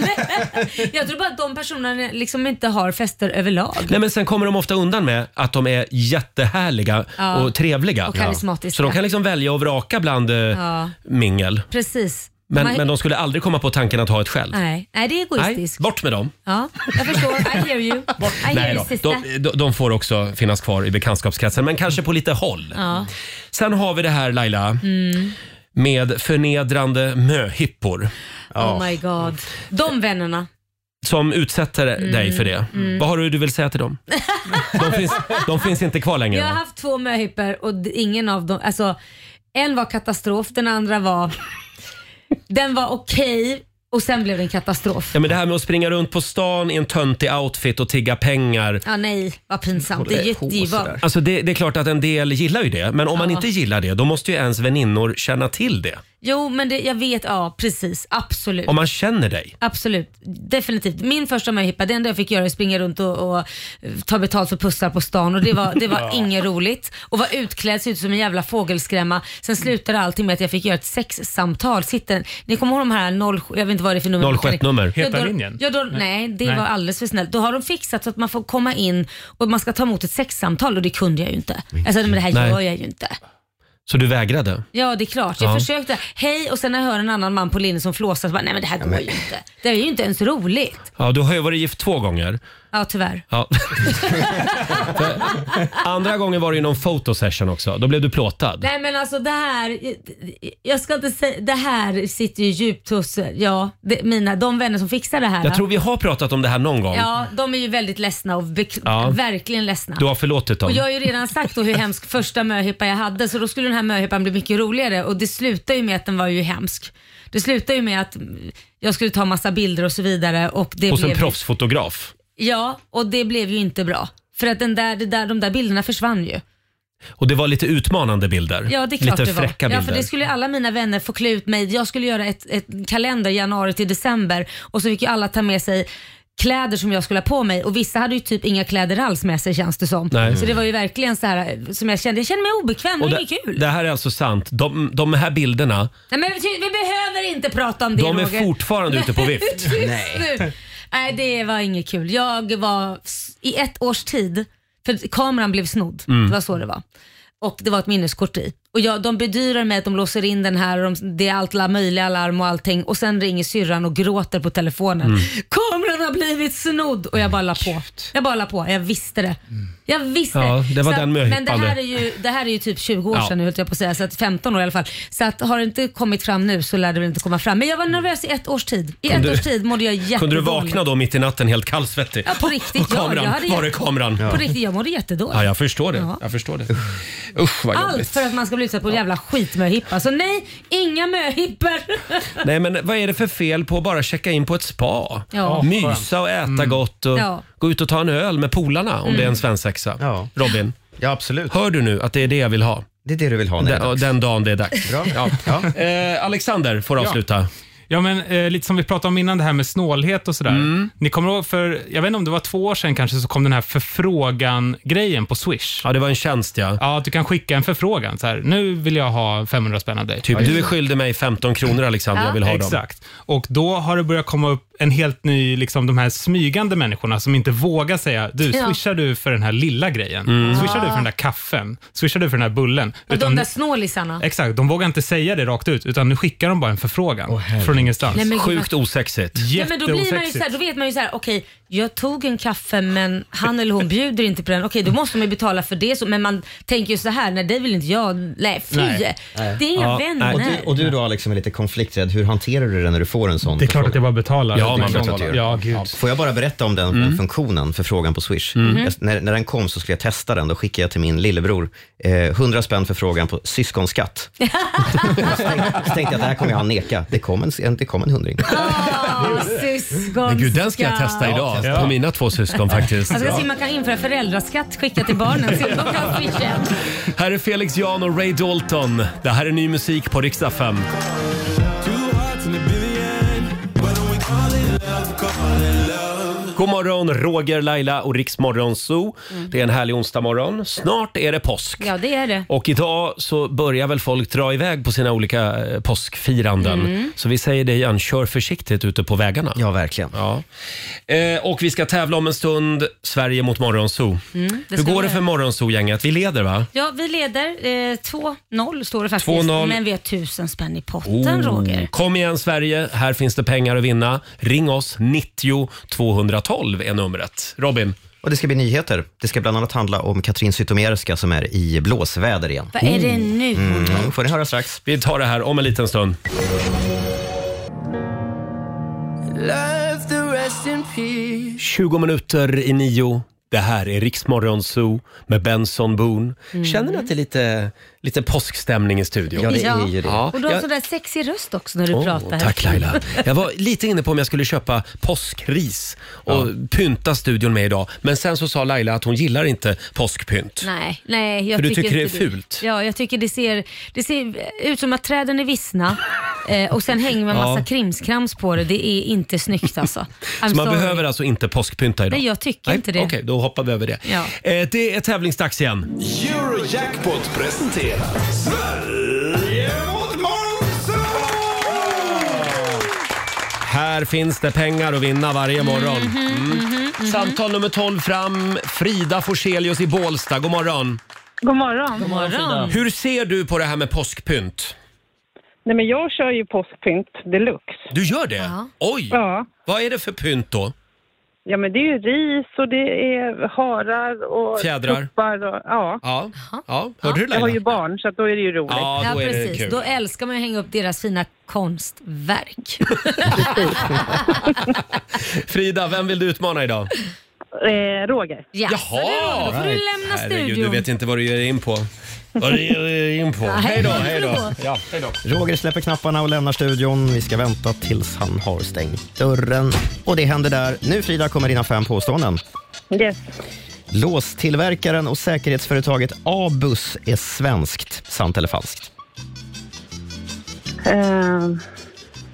S2: jag tror bara att de personerna liksom inte har fester överlag.
S1: Nej, men sen kommer de ofta undan med att de är jättehärliga
S2: Ja.
S1: och trevliga.
S2: Och karismatiska.
S1: Så de kan liksom välja och vraka bland eh,
S2: Ja.
S1: mingel.
S2: Precis.
S1: Men,
S2: Man-
S1: men de skulle aldrig komma på tanken att ha ett själv.
S2: Nej. Nej, det är
S1: Nej,
S2: egoistiskt.
S1: bort med dem.
S2: Ja, jag förstår. I hear you. I hear
S1: Nej
S2: you,
S1: då. De,
S2: sister.
S1: de- de får också finnas kvar i bekantskapskretsen, men kanske på lite håll.
S2: Ja.
S1: Sen har vi det här Laila,
S2: Mm.
S1: med förnedrande möhippor.
S2: Oh my god. De vännerna.
S1: Som utsätter dig för det.
S2: mm.
S1: Vad har du du vill säga till dem? De finns, de finns inte kvar längre.
S2: Jag har haft två möhippor och d- ingen av dem, alltså en var katastrof, den andra var, den var okej och sen blev den katastrof.
S1: Ja, men det här med att springa runt på stan i en töntig outfit och tigga pengar.
S2: Ja nej, vad pinsamt. Det är ju- det är ju bara-
S1: Alltså det, det är klart att en del gillar ju det, men om man
S2: Ja.
S1: inte gillar det, då måste ju ens väninnor känna till det.
S2: Jo men det, jag vet, ja precis, absolut.
S1: Om man känner dig.
S2: Absolut, definitivt. Min första möhippa, det enda jag fick göra är springa runt och, och ta betalt för pussar på stan och det var, det var
S12: Ja.
S2: inget roligt. Och var utklädd, såg ut som en jävla fågelskrämma. Sen slutade allting med att jag fick göra ett sexsamtal. Sitta, ni kommer ihåg de här, noll, jag vet inte vad det är för nummer.
S1: 07 nummer.
S2: Ja,
S1: Heta
S2: då-
S1: linjen?
S2: Ja, då, nej, det
S1: Nej.
S2: var alldeles för snällt. Då har de fixat så att man får komma in och man ska ta emot ett sexsamtal och det kunde jag ju inte. Alltså, men det här
S1: Nej.
S2: gör jag ju inte.
S1: Så du vägrade?
S2: Ja, det är klart. Jag
S1: Ja.
S2: försökte. Hej och sen när jag hör en annan man på linjen som flåsar så bara, nej men det här går ju inte. Det är ju inte ens roligt.
S1: Ja, du har ju varit gift två gånger.
S2: Ja, tyvärr.
S1: Ja. För Andra gången var det ju någon fotosession också. Då blev du plåtad.
S2: Nej men alltså det här, jag ska inte säga, det här sitter ju djupt hos, ja, det, mina, de vänner som fixar det här.
S1: Jag tror vi har pratat om det här någon gång.
S2: Ja, de är ju väldigt ledsna och bek-
S1: Ja.
S2: verkligen ledsna.
S1: Du har förlåtit dem.
S2: Och jag har ju redan sagt då hur hemsk första möhippa jag hade så då skulle den här möhippan bli mycket roligare och det slutade ju med att den var ju hemsk. Det slutade ju med att mm, jag skulle ta massa bilder och så vidare och det
S1: Hos
S2: blev
S1: en
S2: ju-
S1: proffsfotograf.
S2: Ja, och det blev ju inte bra. För att den där, det där, de där bilderna försvann ju.
S1: Och det var lite utmanande bilder.
S2: Ja, det är klart
S1: lite
S2: det var.
S1: fräcka
S2: Ja,
S1: bilder.
S2: för det skulle ju alla mina vänner få klä ut mig. Jag skulle göra ett, ett kalender januari till december och så fick ju alla ta med sig kläder som jag skulle ha på mig och vissa hade ju typ inga kläder alls med sig känns det som.
S1: Nej.
S2: Så det var ju verkligen så här som jag kände, jag kände mig obekväm,
S1: Och
S2: det var
S1: det,
S2: inget kul.
S1: det här är alltså sant. De, de här bilderna,
S2: Nej, men vi, ty- vi behöver inte prata om det
S1: de är
S2: Roger.
S1: fortfarande ute på vift.
S2: Nej. Nu. Nej, det var inget kul. Jag var s- i ett års tid, för kameran blev snodd.
S12: Mm.
S2: Det var så det var. Och det var ett minneskort i. Och jag, de bedyrar mig att de låser in den här och de, det är allt la- möjliga larm och allting. Och sen ringer syrran och gråter på telefonen.
S12: Mm.
S2: Kameran har blivit snodd! Och jag bara la på. Jag bara la på. Jag visste det. Jag visste
S1: Mm. Ja, det var
S2: Så
S1: den med
S2: Men det här,
S1: hypande.
S2: är ju, det här är ju typ 20 år
S1: Ja.
S2: sedan nu höll jag på att säga. Så att 15 år i alla fall. Så att har det inte kommit fram nu så lär det väl inte komma fram. Men jag var nervös i ett års tid. I
S1: Kunde-
S2: ett års tid mådde jag jättedåligt.
S1: Kunde du vakna då mitt i natten helt kallsvettig?
S2: Ja, på riktigt.
S1: Och kameran,
S2: ja, jag hade
S1: var är
S2: jätte-
S1: kameran?
S2: På riktigt, jag mådde jättedåligt.
S1: Ja, jag förstår det.
S2: Ja.
S1: Jag förstår det. Usch vad
S2: Allt
S1: jobbigt.
S2: för att man ska bli utsatt på jävla skitmöhippa. Så nej, inga möhippor.
S1: Nej men vad är det för fel på att bara checka in på ett spa?
S2: Ja.
S1: Mysa och äta gott och
S2: Ja.
S1: gå ut och ta en öl med polarna om
S2: Mm.
S1: det är en svensexa. Robin? Ja absolut. Hör du nu att det är det jag vill ha?
S3: Det är det du vill ha
S1: den, och den dagen det är dags. Ja. Eh, Alexander får avsluta.
S7: Ja, men eh, lite som vi pratade om innan, det här med snålhet och sådär. Ni kommer ihåg för, jag vet inte om det var två år sedan kanske, så kom den här förfrågan-grejen på Swish.
S1: Ja, det var en tjänst ja.
S7: Ja, att du kan skicka en förfrågan. Så här, nu vill jag ha 500 spänn av dig.
S1: Typ, du är skyldig mig 15 kronor Alexander, jag vill ha dem.
S7: Exakt. Och då har det börjat komma upp en helt ny, liksom de här smygande människorna som inte vågar säga, du,
S2: Ja.
S7: swishar du för den här lilla grejen?
S2: Mm.
S7: Swishar du
S2: Ah.
S7: för den där kaffen? Swishar du för den här bullen?
S2: Och
S7: Utan-
S2: de där snålisarna.
S7: Exakt, de vågar inte säga det rakt ut, utan nu skickar de bara en förfrågan från ingenstans.
S2: Nej, men gud, Sjukt
S1: osexigt.
S2: Ja, men då, blir man ju så här, då vet man ju så här, okej, jag tog en kaffe men han eller hon bjuder inte på den. Okej, då måste man ju betala för det. Så, men man tänker ju så här, nej det vill inte jag. Nej, fy. Det är inga vänner.
S3: Och du, och du då Alex som är lite konflikträdd, hur hanterar du det när du får en sån?
S7: Det är klart att jag bara betalar.
S3: Ja,
S7: Det
S3: man
S7: är
S3: vet
S7: klart
S3: att
S7: jag
S3: jag
S7: gör.
S3: gör.
S7: Ja, gud.
S3: Får jag bara berätta om den, den
S7: Mm.
S3: funktionen för frågan på Swish?
S7: Mm.
S3: Jag, när, när den kom så skulle jag testa den. Då skickade jag till min lillebror eh, 100 spänn för frågan på syskonskatt. Så tänkte jag att det här kommer jag han neka. Det kom en, en- det kom en hundring.
S2: Ah, syskon.
S1: Men gud, den ska jag testa idag på mina två syskon faktiskt.
S2: Alltså, Jag ska se om man kan införa föräldraskatt, skicka till barnen. Se om de kan swisha.
S1: Här är Felix Jan och Ray Dalton. Det här är ny musik på riksdag 5. God morgon, Roger, Laila och Riksmorgon Zoo.
S2: Mm.
S1: Det är en härlig onsdagmorgon. Snart är det påsk.
S2: Ja, det är det.
S1: Och idag så börjar väl folk dra iväg på sina olika eh, påskfiranden.
S2: Mm.
S1: Så vi säger det igen, kör försiktigt ute på vägarna.
S3: Ja, verkligen.
S1: Ja. Eh, och vi ska tävla om en stund, Sverige mot Morgonzoo.
S2: Mm,
S1: Hur
S2: ska
S1: går
S2: vi
S1: det för
S2: göra.
S1: Morgonzoo-gänget? Vi leder va?
S2: Ja, vi leder. Eh, 2-0 står det faktiskt.
S1: 2-0.
S2: Men vi har tusen spänn i
S1: Oh.
S2: potten, Roger.
S1: Mm. Kom igen Sverige, här finns det pengar att vinna. Ring oss, 90 212 är numret. Robin?
S3: Och det ska bli nyheter. Det ska bland annat handla om Katrin Zytomierska som är i blåsväder igen.
S2: Vad är det
S1: Oh.
S2: nu?
S3: Mm, får ni höra strax.
S1: Vi tar det här om en liten stund.
S4: Love the rest in peace
S1: 20 minuter i nio. Det här är Riksmorgon Zoo med Benson Boone. Känner ni att det är lite, lite påskstämning i studion? Ja,
S2: Och du har
S1: jag-
S2: sådär sexig röst också när du
S1: Åh,
S2: pratar.
S1: Tack Laila. Jag var lite inne på om jag skulle köpa påskris och pynta studion med idag. Men sen så sa Laila att hon gillar inte påskpynt.
S2: Nej, nej jag
S1: För du tycker det
S2: inte
S1: är fult?
S2: Ja, jag tycker det ser, det ser ut som att träden är vissna eh, och sen hänger man massa
S1: Ja.
S2: krimskrams på det. Det är inte snyggt alltså. I'm
S1: Så man
S2: sorry.
S1: behöver alltså inte påskpynta idag?
S2: Nej, jag tycker inte det.
S1: Okej, då hoppar vi över det.
S2: Ja.
S1: Eh, det är tävlingsdags igen.
S11: Eurojackpot presenterar Sverige mot
S1: Här finns det pengar att vinna varje
S2: Mhm,
S1: morgon. Mm. Samtal nummer 12 fram. Frida Forselius i Bålsta, god morgon.
S6: God morgon. God
S1: Hur ser du på det här med påskpynt?
S6: Nej, men jag kör ju påskpynt deluxe.
S1: Du gör det? Oj!
S6: Ja.
S1: Vad är det för pynt då?
S6: Ja, men det är ju ris och det är harar och
S1: Fjädrar.
S6: tuppar Och, ja.
S1: Ja, ja.
S6: Ja,
S1: hörde du
S6: Jag
S1: Laila?
S6: har ju barn så att då är det ju roligt.
S1: Ja, då är det
S2: precis.
S1: kul.
S2: Då älskar man att hänga upp deras fina konstverk.
S1: Frida, vem vill du utmana idag?
S6: Eh, Roger.
S2: Ja, Jaha! Då får du lämna
S1: Herregud, du
S2: studion.
S1: vet inte vad du ger dig in på. Vad du ger dig in på.
S2: Nej,
S1: Hej då,
S2: vad
S1: hej då.
S2: bra.
S1: Ja, hej då.
S3: Roger släpper knapparna och lämnar studion. Vi ska vänta tills han har stängt dörren. Och det händer där. Nu Frida kommer dina fem påståenden.
S6: Yes.
S3: Låstillverkaren och säkerhetsföretaget Abus är svenskt. Sant eller falskt?
S6: Eh,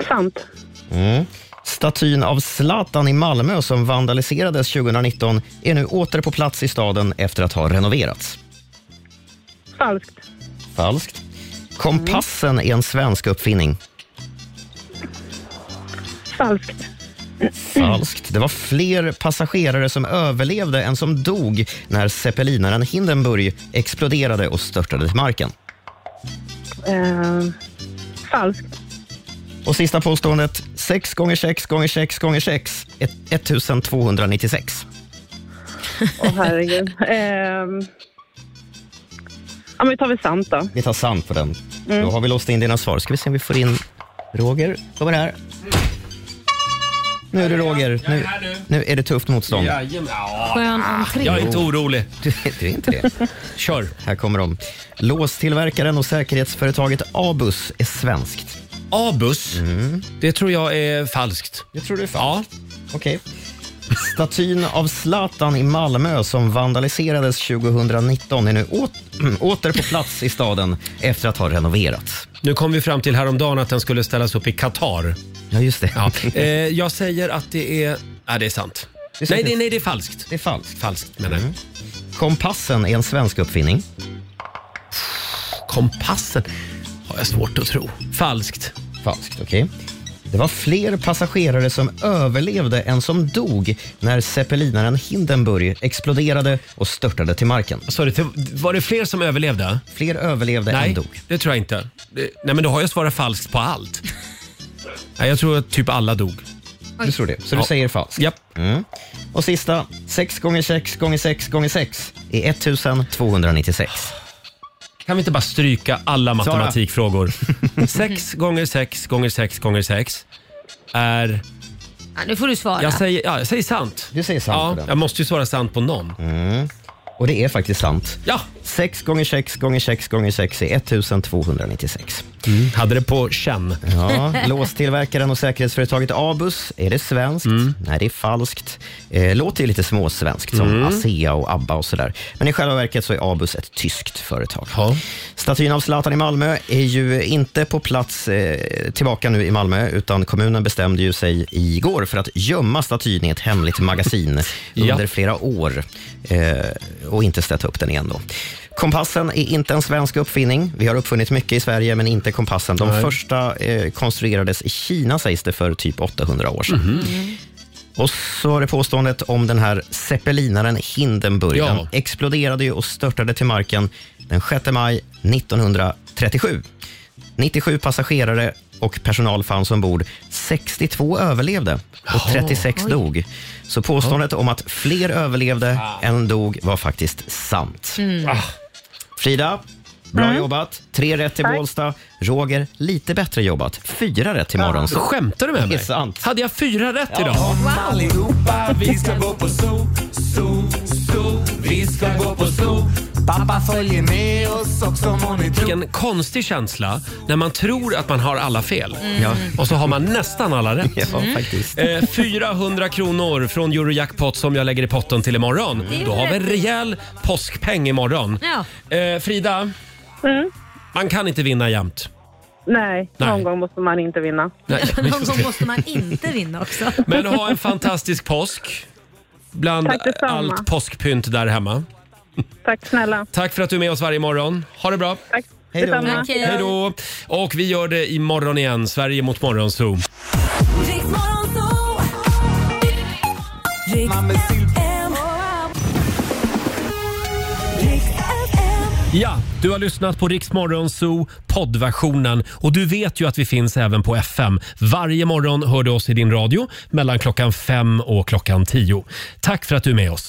S6: sant.
S3: Mm. Statyn av Zlatan i Malmö som vandaliserades 2019 är nu åter på plats i staden efter att ha renoverats.
S6: Falskt.
S3: Falskt. Kompassen är en svensk uppfinning.
S6: Falskt.
S3: Falskt. Det var fler passagerare som överlevde än som dog när zeppelinaren Hindenburg exploderade och störtade till marken.
S6: Eh, falskt.
S3: Och sista påståendet, 6 gånger 6 gånger 6 gånger 6 1296.
S6: Åh herregud. Eh, ja, men vi tar väl sant då.
S3: Vi tar sant på den.
S6: Mm.
S3: Då har vi låst in dina svar. Ska vi se om vi får in Roger. Kommer här. Nu är det Roger.
S1: Jag är
S3: Nu,
S1: här nu.
S3: nu är det tufft motstånd.
S1: Ah.
S2: Skön entré.
S1: Jag är inte orolig.
S3: Du, du är inte det.
S1: Kör.
S3: Här kommer de. Låstillverkaren och säkerhetsföretaget Abus är svenskt.
S1: Abus, det tror jag är falskt.
S3: Mm. Jag tror det är falskt. Ja. Okej. Statyn av Zlatan i Malmö som vandaliserades 2019 är nu åt, åter på plats i staden efter att ha renoverats.
S1: Nu kom vi fram till häromdagen att den skulle ställas upp i Qatar.
S3: Ja, just det.
S1: Ja. Eh, jag säger att det är... Ja, det är sant.
S3: Det är
S1: nej,
S3: säkert-
S1: det, nej, det är falskt.
S3: Det är Mm. falskt.
S1: Falskt menar jag.
S3: Kompassen är en svensk uppfinning.
S1: Kompassen har jag svårt att tro. Falskt.
S3: Falskt, okej. Det var fler passagerare som överlevde än som dog när zeppelinaren Hindenburg exploderade och störtade till marken.
S1: Sorry, det- var det fler som överlevde?
S3: Fler överlevde än
S1: Nej,
S3: dog.
S1: det tror jag inte. Det, nej, men då har jag svarat falskt på allt. nej, jag tror att typ alla dog.
S3: Du tror det, så
S1: Ja.
S3: du säger falskt.
S1: Japp.
S3: Mm. Och sista, 6 gånger 6 gånger 6 gånger 6 är 1296.
S1: Kan vi inte bara stryka alla
S3: Sara.
S1: matematikfrågor? 6 gånger 6 gånger 6 gånger 6 är...
S2: Ja, nu får du svara.
S1: Jag säger, ja, jag säger sant.
S3: Ah. Du säger sant på
S1: Ja,
S3: den. Mm.
S1: jag måste ju svara sant på någon.
S3: Och det är faktiskt sant.
S1: Ja!
S3: 6 gånger 6 gånger 6 gånger 6 är 1296.
S1: Hade det på känn.
S3: Ja, låstillverkaren och säkerhetsföretaget Abus. Är det svenskt? Nej, det är falskt. Eh, låter ju lite småsvenskt, som ASEA och ABBA och sådär. Men i själva verket så är Abus ett tyskt företag.
S1: Ja.
S3: Statyn av Zlatan i Malmö är ju inte på plats eh, tillbaka nu i Malmö, utan kommunen bestämde ju sig igår för att gömma statyn i ett hemligt magasin
S1: Ja.
S3: under flera år eh, och inte stöta upp den igen. Då. Kompassen är inte en svensk uppfinning. Vi har uppfunnit mycket i Sverige, men inte kompassen. De första eh, konstruerades i Kina, sägs det, för typ 800 år sedan. Och så var det påståendet om den här zeppelinaren Hindenburg.
S1: Ja.
S3: Den exploderade ju och störtade till marken den 6 maj 1937. 97 passagerare och personal fanns ombord. 62 överlevde och 36 dog. Så påståendet om att fler överlevde än dog var faktiskt sant. Ah. Frida, bra jobbat. Tre rätt till Bålsta. Roger, lite bättre jobbat. Fyra rätt till morgon.
S1: Skämtar du med mig?
S3: Det är sant.
S1: Hade jag fyra rätt idag?
S5: Allihopa, vi ska gå på zoo, zoo, zoo. Vi ska gå på zoo. Pappa följer med oss också må ni tro.
S1: Vilken konstig känsla när man tror att man har alla fel och så har man nästan alla rätt.
S3: Ja, faktiskt.
S1: Eh, 400 kronor från Eurojackpot som jag lägger i potten till imorgon.
S2: är
S1: Då har vi en
S2: rätt.
S1: rejäl påskpeng imorgon.
S2: Ja.
S1: Eh, Frida,
S6: Mm.
S1: man kan inte vinna jämt.
S6: Nej,
S1: Nej.
S6: någon gång måste man inte vinna.
S1: Nej,
S2: Någon gång måste man inte vinna också.
S1: Men ha en fantastisk påsk bland
S6: Tack detsamma.
S1: allt påskpynt där hemma.
S6: Tack snälla.
S1: Tack för att du är med oss varje morgon. Ha det bra.
S6: Tack.
S3: Hej då.
S6: Detsamma.
S2: Okej.
S1: Hej då! Och vi gör det imorgon igen. Sverige mot morgonzoo. Ja, du har lyssnat på Rix Morgonzoo poddversionen och du vet ju att vi finns även på FM. Varje morgon hör du oss i din radio mellan klockan fem och klockan tio. Tack för att du är med oss.